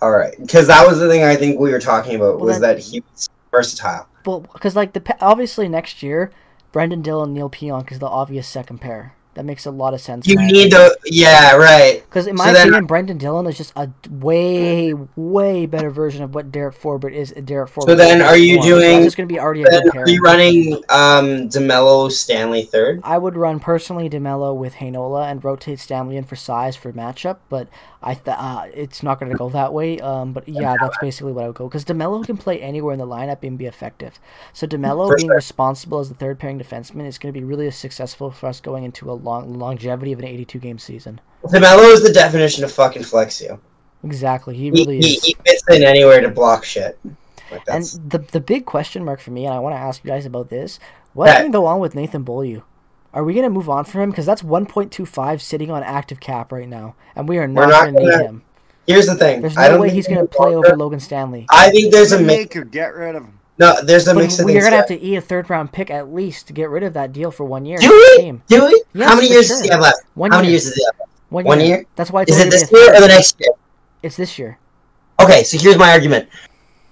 [SPEAKER 2] All right, because that was the thing I think we were talking about
[SPEAKER 1] Well,
[SPEAKER 2] was
[SPEAKER 1] then-
[SPEAKER 2] that he was versatile.
[SPEAKER 1] Well, because like the pa- obviously next year, Brendan Dill and Neil Pionk is the obvious second pair. That makes a lot of sense.
[SPEAKER 2] You need to, yeah, right.
[SPEAKER 1] because in
[SPEAKER 2] so
[SPEAKER 1] my
[SPEAKER 2] then-
[SPEAKER 1] opinion, Brendan Dillon is just a d- way, way better version of what Derek Forbert is. Derek Forbert.
[SPEAKER 2] then
[SPEAKER 1] is
[SPEAKER 2] are you
[SPEAKER 1] before. So that's
[SPEAKER 2] doing-
[SPEAKER 1] just going to be already a
[SPEAKER 2] Then
[SPEAKER 1] good
[SPEAKER 2] are
[SPEAKER 1] pair.
[SPEAKER 2] you running um Demelo Stanley third?
[SPEAKER 1] I would run personally Demelo with Hainola and rotate Stanley in for size for matchup, but I th- uh, it's not going to go that way. Um, but yeah, that's basically what I would go because Demelo can play anywhere in the lineup and be effective. So Demelo
[SPEAKER 2] For
[SPEAKER 1] being
[SPEAKER 2] sure.
[SPEAKER 1] responsible as the third pairing defenseman is going to be really successful for us going into a long longevity of an 82 game season.
[SPEAKER 2] Demelo is the definition of fucking flex you.
[SPEAKER 1] Exactly, he
[SPEAKER 2] He,
[SPEAKER 1] really
[SPEAKER 2] he,
[SPEAKER 1] is.
[SPEAKER 2] he fits in anywhere to block shit. Like
[SPEAKER 1] And
[SPEAKER 2] that's
[SPEAKER 1] the the big question mark for me, and I want to ask you guys about this: What's
[SPEAKER 2] Yeah.
[SPEAKER 1] going to go on with Nathan Beaulieu? Are we going to move on from him? Because that's 1.25 sitting on active cap right now, and we are
[SPEAKER 2] We're
[SPEAKER 1] not,
[SPEAKER 2] not
[SPEAKER 1] going to need
[SPEAKER 2] gonna-
[SPEAKER 1] him.
[SPEAKER 2] here's the thing.
[SPEAKER 1] There's
[SPEAKER 2] I
[SPEAKER 1] no
[SPEAKER 2] don't
[SPEAKER 1] way
[SPEAKER 2] think
[SPEAKER 1] he's
[SPEAKER 2] we
[SPEAKER 1] going to
[SPEAKER 2] can
[SPEAKER 1] play
[SPEAKER 2] block
[SPEAKER 1] over
[SPEAKER 2] her.
[SPEAKER 1] Logan Stanley.
[SPEAKER 2] I think there's a mix.
[SPEAKER 3] Make or get rid of him.
[SPEAKER 2] No, there's a
[SPEAKER 1] But
[SPEAKER 2] mix of
[SPEAKER 1] we're
[SPEAKER 2] things.
[SPEAKER 1] going to have
[SPEAKER 2] there.
[SPEAKER 1] to eat a third round pick at least to get rid of that deal for one year.
[SPEAKER 2] Do
[SPEAKER 1] for the
[SPEAKER 2] we?
[SPEAKER 1] team.
[SPEAKER 2] Do we?
[SPEAKER 1] Yes,
[SPEAKER 2] How many
[SPEAKER 1] for
[SPEAKER 2] years
[SPEAKER 1] sure.
[SPEAKER 2] does he have left?
[SPEAKER 1] One
[SPEAKER 2] How
[SPEAKER 1] year.
[SPEAKER 2] many years does he have? left?
[SPEAKER 1] One,
[SPEAKER 2] one
[SPEAKER 1] year.
[SPEAKER 2] year?
[SPEAKER 1] That's why it's
[SPEAKER 2] Is
[SPEAKER 1] only
[SPEAKER 2] it
[SPEAKER 1] gonna
[SPEAKER 2] this
[SPEAKER 1] be a-
[SPEAKER 2] year or the next year?
[SPEAKER 1] It's this year.
[SPEAKER 2] Okay, so here's my argument.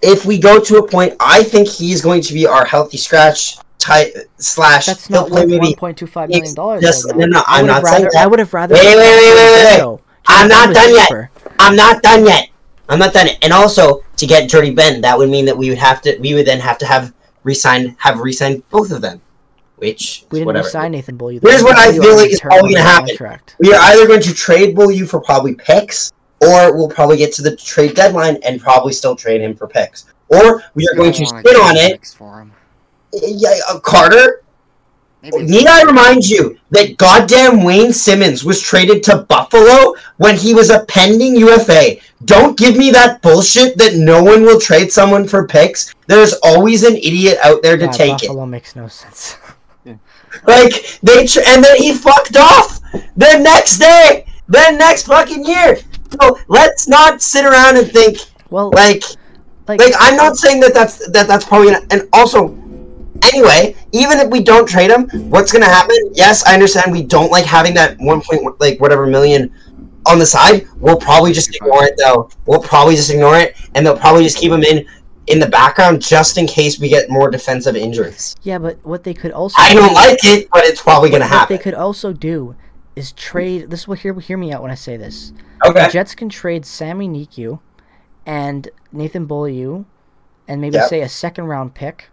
[SPEAKER 2] If we go to a point, I think he's going to be our healthy scratch type slash.
[SPEAKER 1] That's
[SPEAKER 2] he'll
[SPEAKER 1] not
[SPEAKER 2] play
[SPEAKER 1] worth
[SPEAKER 2] maybe-
[SPEAKER 1] 1.25 million dollars.
[SPEAKER 2] Yes,
[SPEAKER 1] right
[SPEAKER 2] no,
[SPEAKER 1] now.
[SPEAKER 2] no,
[SPEAKER 1] I
[SPEAKER 2] I'm
[SPEAKER 1] would've
[SPEAKER 2] not saying
[SPEAKER 1] rather-
[SPEAKER 2] that.
[SPEAKER 1] I would have rather.
[SPEAKER 2] Wait, wait, wait, wait, wait,
[SPEAKER 1] Joe
[SPEAKER 2] I'm not
[SPEAKER 1] Dumbo is
[SPEAKER 2] done yet.
[SPEAKER 1] cheaper.
[SPEAKER 2] I'm not done yet. I'm not done. Yet. And also, to get Dirty Ben, that would mean that we would have to. We would then have to have re-signed, have re-signed both of them, which
[SPEAKER 1] We
[SPEAKER 2] is
[SPEAKER 1] didn't
[SPEAKER 2] whatever.
[SPEAKER 1] sign Nathan Bull.
[SPEAKER 2] Here's what I feel like is probably gonna happen. We are either going to trade Bullu for probably picks, or we'll probably get to the trade deadline and probably still trade him for picks, or we are going to
[SPEAKER 3] Don't wanna
[SPEAKER 2] sit on
[SPEAKER 3] trade
[SPEAKER 2] it.
[SPEAKER 3] picks For him.
[SPEAKER 2] Yeah, uh, Carter,
[SPEAKER 3] Maybe it's-
[SPEAKER 2] Need I remind you that goddamn Wayne Simmons was traded to Buffalo when he was a pending UFA? Don't give me that bullshit that no one will trade someone for picks. There's always an idiot out there to
[SPEAKER 1] Yeah,
[SPEAKER 2] take
[SPEAKER 1] Buffalo makes no sense.
[SPEAKER 2] it. Like they tr- and then he fucked off the next day, the next fucking year. So let's not sit around and think
[SPEAKER 1] Well,
[SPEAKER 2] like
[SPEAKER 1] like,
[SPEAKER 2] like I'm not saying that that's that that's probably gonna, and also anyway, even if we don't trade him, what's gonna happen? Yes, I understand we don't like having that one point like whatever million on the side. We'll probably just ignore it though. We'll probably just ignore it, and they'll probably just keep him in in the background just in case we get more defensive injuries.
[SPEAKER 1] yeah, but what they could also
[SPEAKER 2] I don't
[SPEAKER 1] do-
[SPEAKER 2] like it, but it's probably gonna
[SPEAKER 1] what they
[SPEAKER 2] happen.
[SPEAKER 1] could also do is trade. This will hear hear me out when I say this. The
[SPEAKER 2] Okay.
[SPEAKER 1] Jets can trade Sammy Niku and Nathan Beaulieu and maybe
[SPEAKER 2] Yep.
[SPEAKER 1] say a second round pick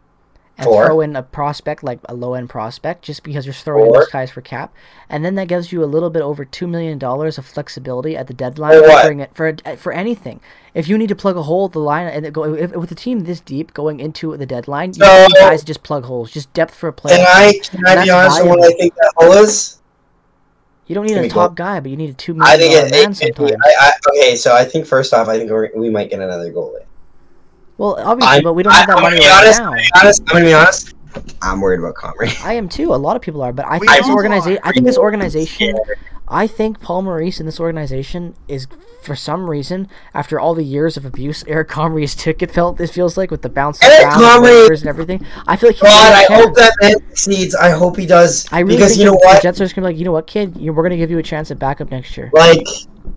[SPEAKER 1] and
[SPEAKER 2] Sure.
[SPEAKER 1] throw in a prospect like a low end prospect just because you're throwing in
[SPEAKER 2] Sure.
[SPEAKER 1] those guys for cap, and then that gives you a little bit over two million dollars of flexibility at the deadline
[SPEAKER 2] For
[SPEAKER 1] to
[SPEAKER 2] what?
[SPEAKER 1] bring it- for uh, for anything. If you need to plug a hole at the line and it go if, with a team this deep going into the deadline, you
[SPEAKER 2] So-
[SPEAKER 1] need guys to just plug holes, just depth for a player.
[SPEAKER 2] Can I can I be
[SPEAKER 1] That's
[SPEAKER 2] honest with what I
[SPEAKER 1] valuable.
[SPEAKER 2] think that hole is?
[SPEAKER 1] you don't need
[SPEAKER 2] Can
[SPEAKER 1] a
[SPEAKER 2] we go-
[SPEAKER 1] top guy, but you need a two
[SPEAKER 2] I
[SPEAKER 1] million
[SPEAKER 2] think
[SPEAKER 1] dollar
[SPEAKER 2] it,
[SPEAKER 1] man
[SPEAKER 2] it, it
[SPEAKER 1] sometimes.
[SPEAKER 2] I, I, okay. So I think first off, I think we're, we might get another goalie.
[SPEAKER 1] well, obviously,
[SPEAKER 2] I'm-
[SPEAKER 1] but we don't
[SPEAKER 2] I-
[SPEAKER 1] have that
[SPEAKER 2] I'm gonna
[SPEAKER 1] money
[SPEAKER 2] be
[SPEAKER 1] right
[SPEAKER 2] honest,
[SPEAKER 1] now.
[SPEAKER 2] Honest, I'm gonna be honest. I'm worried about Comrie.
[SPEAKER 1] I am too. A lot of people are, but I
[SPEAKER 3] We
[SPEAKER 1] think this
[SPEAKER 3] all are.
[SPEAKER 1] organization. I think this organization.
[SPEAKER 2] Yeah.
[SPEAKER 1] I think Paul Maurice in this organization is, for some reason, after all the years of abuse Eric Comrie has took, it felt it feels like with the bounce
[SPEAKER 2] Eric
[SPEAKER 1] around,
[SPEAKER 2] Comrie-
[SPEAKER 1] waivers and everything. I feel like he
[SPEAKER 2] God,
[SPEAKER 1] really
[SPEAKER 2] I
[SPEAKER 1] can.
[SPEAKER 2] hope that man succeeds. I hope he does.
[SPEAKER 1] I really
[SPEAKER 2] because
[SPEAKER 1] think
[SPEAKER 2] you know
[SPEAKER 1] the, the
[SPEAKER 2] what?
[SPEAKER 1] Jets are just gonna be like, you know what, kid, you, we're gonna give you a chance at backup next year.
[SPEAKER 2] Like,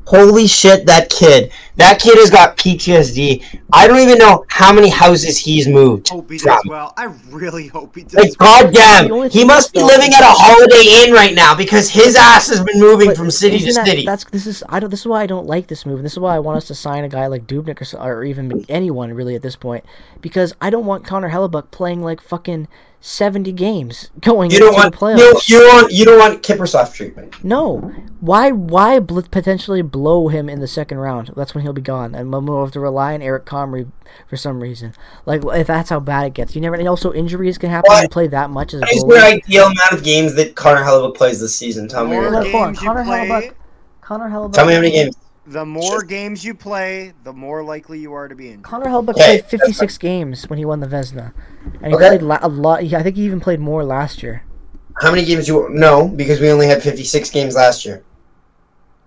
[SPEAKER 2] holy shit, that kid. That kid has got PTSD. I don't even know how many houses he's moved.
[SPEAKER 3] Hope he does
[SPEAKER 2] Drop.
[SPEAKER 3] well. I really hope he does.
[SPEAKER 2] Like,
[SPEAKER 3] well.
[SPEAKER 1] The
[SPEAKER 2] goddamn,
[SPEAKER 1] only
[SPEAKER 2] he
[SPEAKER 1] thing
[SPEAKER 2] must be
[SPEAKER 1] is, though,
[SPEAKER 2] living
[SPEAKER 1] is
[SPEAKER 2] at a
[SPEAKER 1] that-
[SPEAKER 2] Holiday Inn right now because his ass has been moving
[SPEAKER 1] But
[SPEAKER 2] from city to
[SPEAKER 1] isn't that-
[SPEAKER 2] city.
[SPEAKER 1] That's this is I don't. This is why I don't like this move, and this is why I want us to sign a guy like Dubnik or, so- or even anyone really at this point, because I don't want Connor Hellebuck playing like fucking seventy games going
[SPEAKER 2] You don't
[SPEAKER 1] into
[SPEAKER 2] want
[SPEAKER 1] the
[SPEAKER 2] you,
[SPEAKER 1] playoffs.
[SPEAKER 2] you don't want you don't want Kippersoft treatment.
[SPEAKER 1] No. Why? Why bl- potentially blow him in the second round? That's when he'll be gone, and we'll we'll have to rely on Eric Comrie for some reason. Like if that's how bad it gets, you never. And also injuries can happen. when You
[SPEAKER 2] What?
[SPEAKER 1] play that much as a
[SPEAKER 2] What is the
[SPEAKER 1] goalie.
[SPEAKER 2] ideal amount of games that Connor Hellebuck plays this season? Tell me.
[SPEAKER 3] The
[SPEAKER 2] right
[SPEAKER 1] Look, hold on,
[SPEAKER 2] now.
[SPEAKER 3] more games you
[SPEAKER 1] Connor
[SPEAKER 3] play,
[SPEAKER 1] Hellebuck- Connor Hellebuck.
[SPEAKER 2] Tell me how many games.
[SPEAKER 3] the more games you play, the more likely you are to be injured.
[SPEAKER 1] Connor Hellebuck
[SPEAKER 2] Okay,
[SPEAKER 1] played 56 games when he won the Vesna, and he
[SPEAKER 2] Okay.
[SPEAKER 1] played la- a lot. he- I think he even played more last year.
[SPEAKER 2] How many games you no? Because we only had fifty six games last year.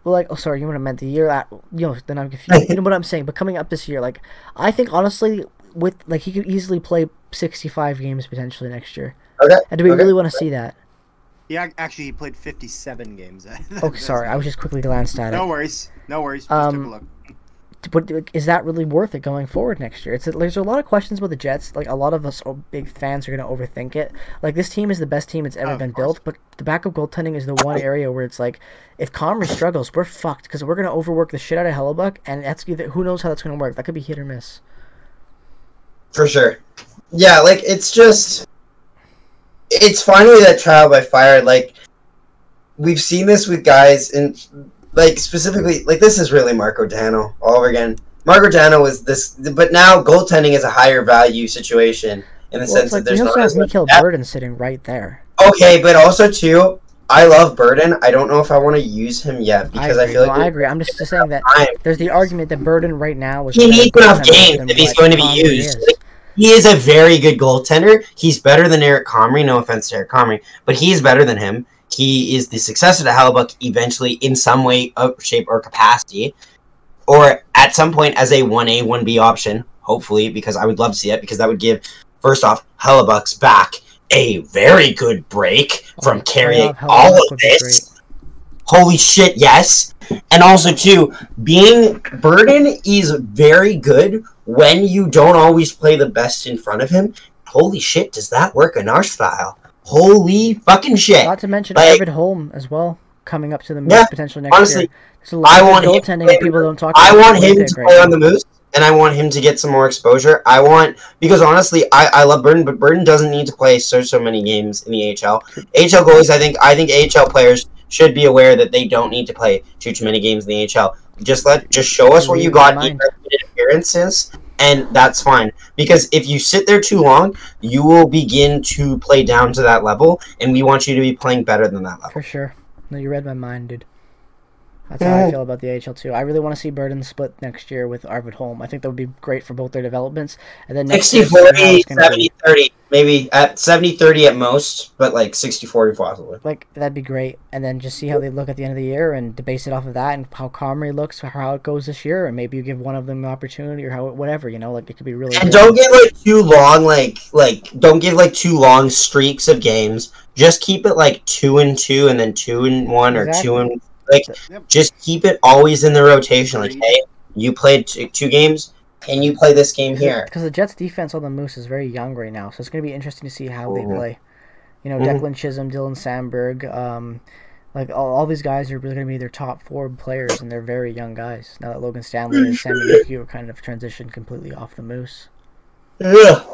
[SPEAKER 1] Well, like, oh, sorry, you know what I meant. The year at, you know, then I'm confused. you know what I'm saying. But coming up this year, like, I think honestly, with like he could easily play 65 games potentially next year.
[SPEAKER 2] Okay.
[SPEAKER 1] And do we
[SPEAKER 2] Okay.
[SPEAKER 1] really want to see that?
[SPEAKER 3] Yeah, actually, he played 57 games.
[SPEAKER 1] Oh, sorry, I was just quickly glanced at it.
[SPEAKER 3] No worries. No worries. Just took
[SPEAKER 1] Um,
[SPEAKER 3] a look.
[SPEAKER 1] But like, is that really worth it going forward next year? It's there's a lot of questions about the Jets. Like a lot of us are big fans are going to overthink it. Like this team is the best team it's ever
[SPEAKER 3] Of
[SPEAKER 1] been
[SPEAKER 3] course.
[SPEAKER 1] built, but the backup goaltending is the one area where it's like, if Comrie struggles, we're fucked because we're going to overwork the shit out of Hellebuck, and that's either who knows how that's going to work. That could be hit or miss.
[SPEAKER 2] For sure. Yeah, like it's just it's finally that trial by fire. Like we've seen this with guys and like specifically like this is really Marco Dano all over again. Marco Dano was this but now goaltending is a higher value situation in the
[SPEAKER 1] Well,
[SPEAKER 2] sense
[SPEAKER 1] it's like
[SPEAKER 2] that
[SPEAKER 1] you
[SPEAKER 2] there's
[SPEAKER 1] also
[SPEAKER 2] not
[SPEAKER 1] have
[SPEAKER 2] as much
[SPEAKER 1] Mikhail
[SPEAKER 2] depth.
[SPEAKER 1] Burden sitting right there.
[SPEAKER 2] Okay, but also too, I love Burden. I don't know if I want to use him yet because I,
[SPEAKER 1] agree.
[SPEAKER 2] feel
[SPEAKER 1] No,
[SPEAKER 2] like
[SPEAKER 1] I agree. I'm just, just saying that
[SPEAKER 2] time.
[SPEAKER 1] there's the argument that Burden right now is
[SPEAKER 2] He
[SPEAKER 1] a better
[SPEAKER 2] needs enough
[SPEAKER 1] goaltender
[SPEAKER 2] games
[SPEAKER 1] than
[SPEAKER 2] if he's
[SPEAKER 1] what
[SPEAKER 2] going to be
[SPEAKER 1] Comrie
[SPEAKER 2] used.
[SPEAKER 1] is.
[SPEAKER 2] He is a very good goaltender. He's better than Eric Comrie. No offense to Eric Comrie, but he is better than him. He is the successor to Halibut eventually in some way, of shape, or capacity, or at some point as a 1A, 1B option, hopefully, because I would love to see it, because that would give, first off, Hellebuck's back a very good break from
[SPEAKER 1] Oh,
[SPEAKER 2] carrying
[SPEAKER 1] playoff
[SPEAKER 2] all
[SPEAKER 1] Hellebuck
[SPEAKER 2] of
[SPEAKER 1] would be
[SPEAKER 2] this
[SPEAKER 1] great.
[SPEAKER 2] holy shit, yes. And also too, being burden is very good when you don't always play the best in front of him. Holy shit, does that work in our style? Holy fucking shit.
[SPEAKER 1] Not to mention
[SPEAKER 2] Like-
[SPEAKER 1] Arvid Holm as well coming up to the
[SPEAKER 2] Yeah,
[SPEAKER 1] Moose potential next
[SPEAKER 2] honestly,
[SPEAKER 1] year. There's a lot
[SPEAKER 2] I
[SPEAKER 1] of
[SPEAKER 2] want him to
[SPEAKER 1] goaltending
[SPEAKER 2] play-
[SPEAKER 1] and people don't talk.
[SPEAKER 2] I
[SPEAKER 1] about
[SPEAKER 2] want
[SPEAKER 1] with
[SPEAKER 2] him
[SPEAKER 1] it
[SPEAKER 2] to
[SPEAKER 1] right
[SPEAKER 2] play on
[SPEAKER 1] now.
[SPEAKER 2] the Moose, and I want him to get some more exposure. I want because honestly, I, I love Burton, but Burton doesn't need to play so so many games in the AHL. AHL goalies, I think I think AHL players should be aware that they don't need to play too too many games in the AHL. Just let just show us what you
[SPEAKER 1] Leave
[SPEAKER 2] got
[SPEAKER 1] my
[SPEAKER 2] in
[SPEAKER 1] mind.
[SPEAKER 2] appearances, and that's fine. Because if you sit there too long, you will begin to play down to that level, and we want you to be playing better than that level.
[SPEAKER 1] for sure. No, you read my mind, dude. That's how I
[SPEAKER 2] Yeah.
[SPEAKER 1] feel about the AHL too. I really want to see Burden split next year with Arvid Holm. I think that would be great for both their developments. And then next
[SPEAKER 2] 60
[SPEAKER 1] year, see how it's
[SPEAKER 2] 40,
[SPEAKER 1] gonna be.
[SPEAKER 2] 70 30, maybe at 70 30 at most, but like 60 40 possibly.
[SPEAKER 1] like that'd be great. And then just see how they look at the end of the year and to base it off of that and how Comrie looks, how it goes this year, and maybe you give one of them an opportunity or how whatever you know. Like it could be really.
[SPEAKER 2] And
[SPEAKER 1] good.
[SPEAKER 2] don't give like too long, like, like, don't give like too long streaks of games. Just keep it like two and two and then two and one or two and like,
[SPEAKER 3] Yep.
[SPEAKER 2] just keep it always in the rotation. Like, hey, you played two, two games, and you play this game here?
[SPEAKER 1] Because the Jets' defense on the Moose is very young right now, so it's going to be interesting to see how they
[SPEAKER 2] Mhm.
[SPEAKER 1] play. You know,
[SPEAKER 2] Mhm.
[SPEAKER 1] Declan Chisholm, Dylan Sandberg, um, like all, all these guys are really going to be their top four players, and they're very young guys. Now that Logan Stanley and Sammy McHugh are kind of transitioned completely off the Moose.
[SPEAKER 2] Ugh.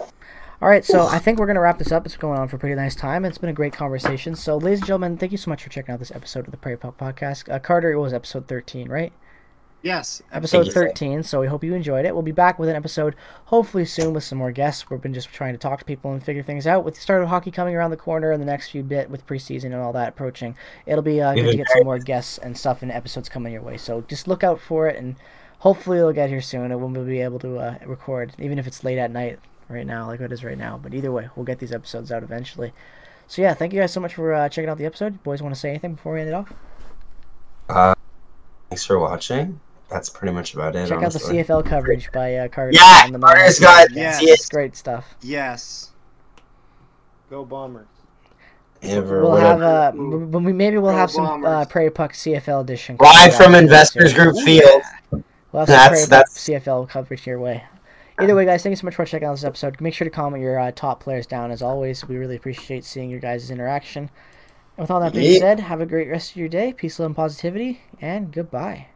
[SPEAKER 1] All right, so I think we're going to wrap this up. It's been going on for a pretty nice time. It's been a great conversation. So, ladies and gentlemen, thank you so much for checking out this episode of the Prairie Pop Podcast. Uh, Carter, it was episode 13, right?
[SPEAKER 3] Yes.
[SPEAKER 1] episode
[SPEAKER 2] you.
[SPEAKER 1] 13 so we hope you enjoyed it we'll be back with an episode hopefully soon with some more guests we've been just trying to talk to people and figure things out with the start of hockey coming around the corner and the next few bit with preseason and all that approaching it'll be uh,
[SPEAKER 2] We've
[SPEAKER 1] good to
[SPEAKER 2] been
[SPEAKER 1] get some more guests and stuff and episodes coming your way so just look out for it and hopefully it'll get here soon and we'll be able to uh, record even if it's late at night right now like it is right now but either way we'll get these episodes out eventually so yeah thank you guys so much for uh, checking out the episode you boys want to say anything before we end it off
[SPEAKER 2] Thanks for watching. That's pretty much about it.
[SPEAKER 1] check out the
[SPEAKER 2] honestly.
[SPEAKER 1] CFL coverage by uh, Carter
[SPEAKER 2] Yeah,
[SPEAKER 1] on the Monarchs
[SPEAKER 2] Carter's got it.
[SPEAKER 1] podcast.
[SPEAKER 3] Yes.
[SPEAKER 1] It's great stuff.
[SPEAKER 3] Yes. Go Bombers.
[SPEAKER 2] Ever,
[SPEAKER 1] We'll have
[SPEAKER 2] whatever.
[SPEAKER 1] uh,
[SPEAKER 3] Ooh.
[SPEAKER 1] m- m- maybe we'll
[SPEAKER 3] Go
[SPEAKER 1] have some uh,
[SPEAKER 3] Bombers.
[SPEAKER 1] Prairie Puck CFL edition.
[SPEAKER 2] Live
[SPEAKER 1] coming
[SPEAKER 2] from
[SPEAKER 1] out
[SPEAKER 2] Investors
[SPEAKER 1] soon.
[SPEAKER 2] Group Field.
[SPEAKER 1] We'll have some
[SPEAKER 2] That's-
[SPEAKER 1] Prairie Puck
[SPEAKER 2] that's-
[SPEAKER 1] CFL coverage your way. Either way, guys, thank you so much for checking out this episode. Make sure to comment your uh, top players down as always. We really appreciate seeing your guys' interaction. And with all that being
[SPEAKER 2] Yeah.
[SPEAKER 1] said, have a great rest of your day. Peace, love, and positivity, and goodbye.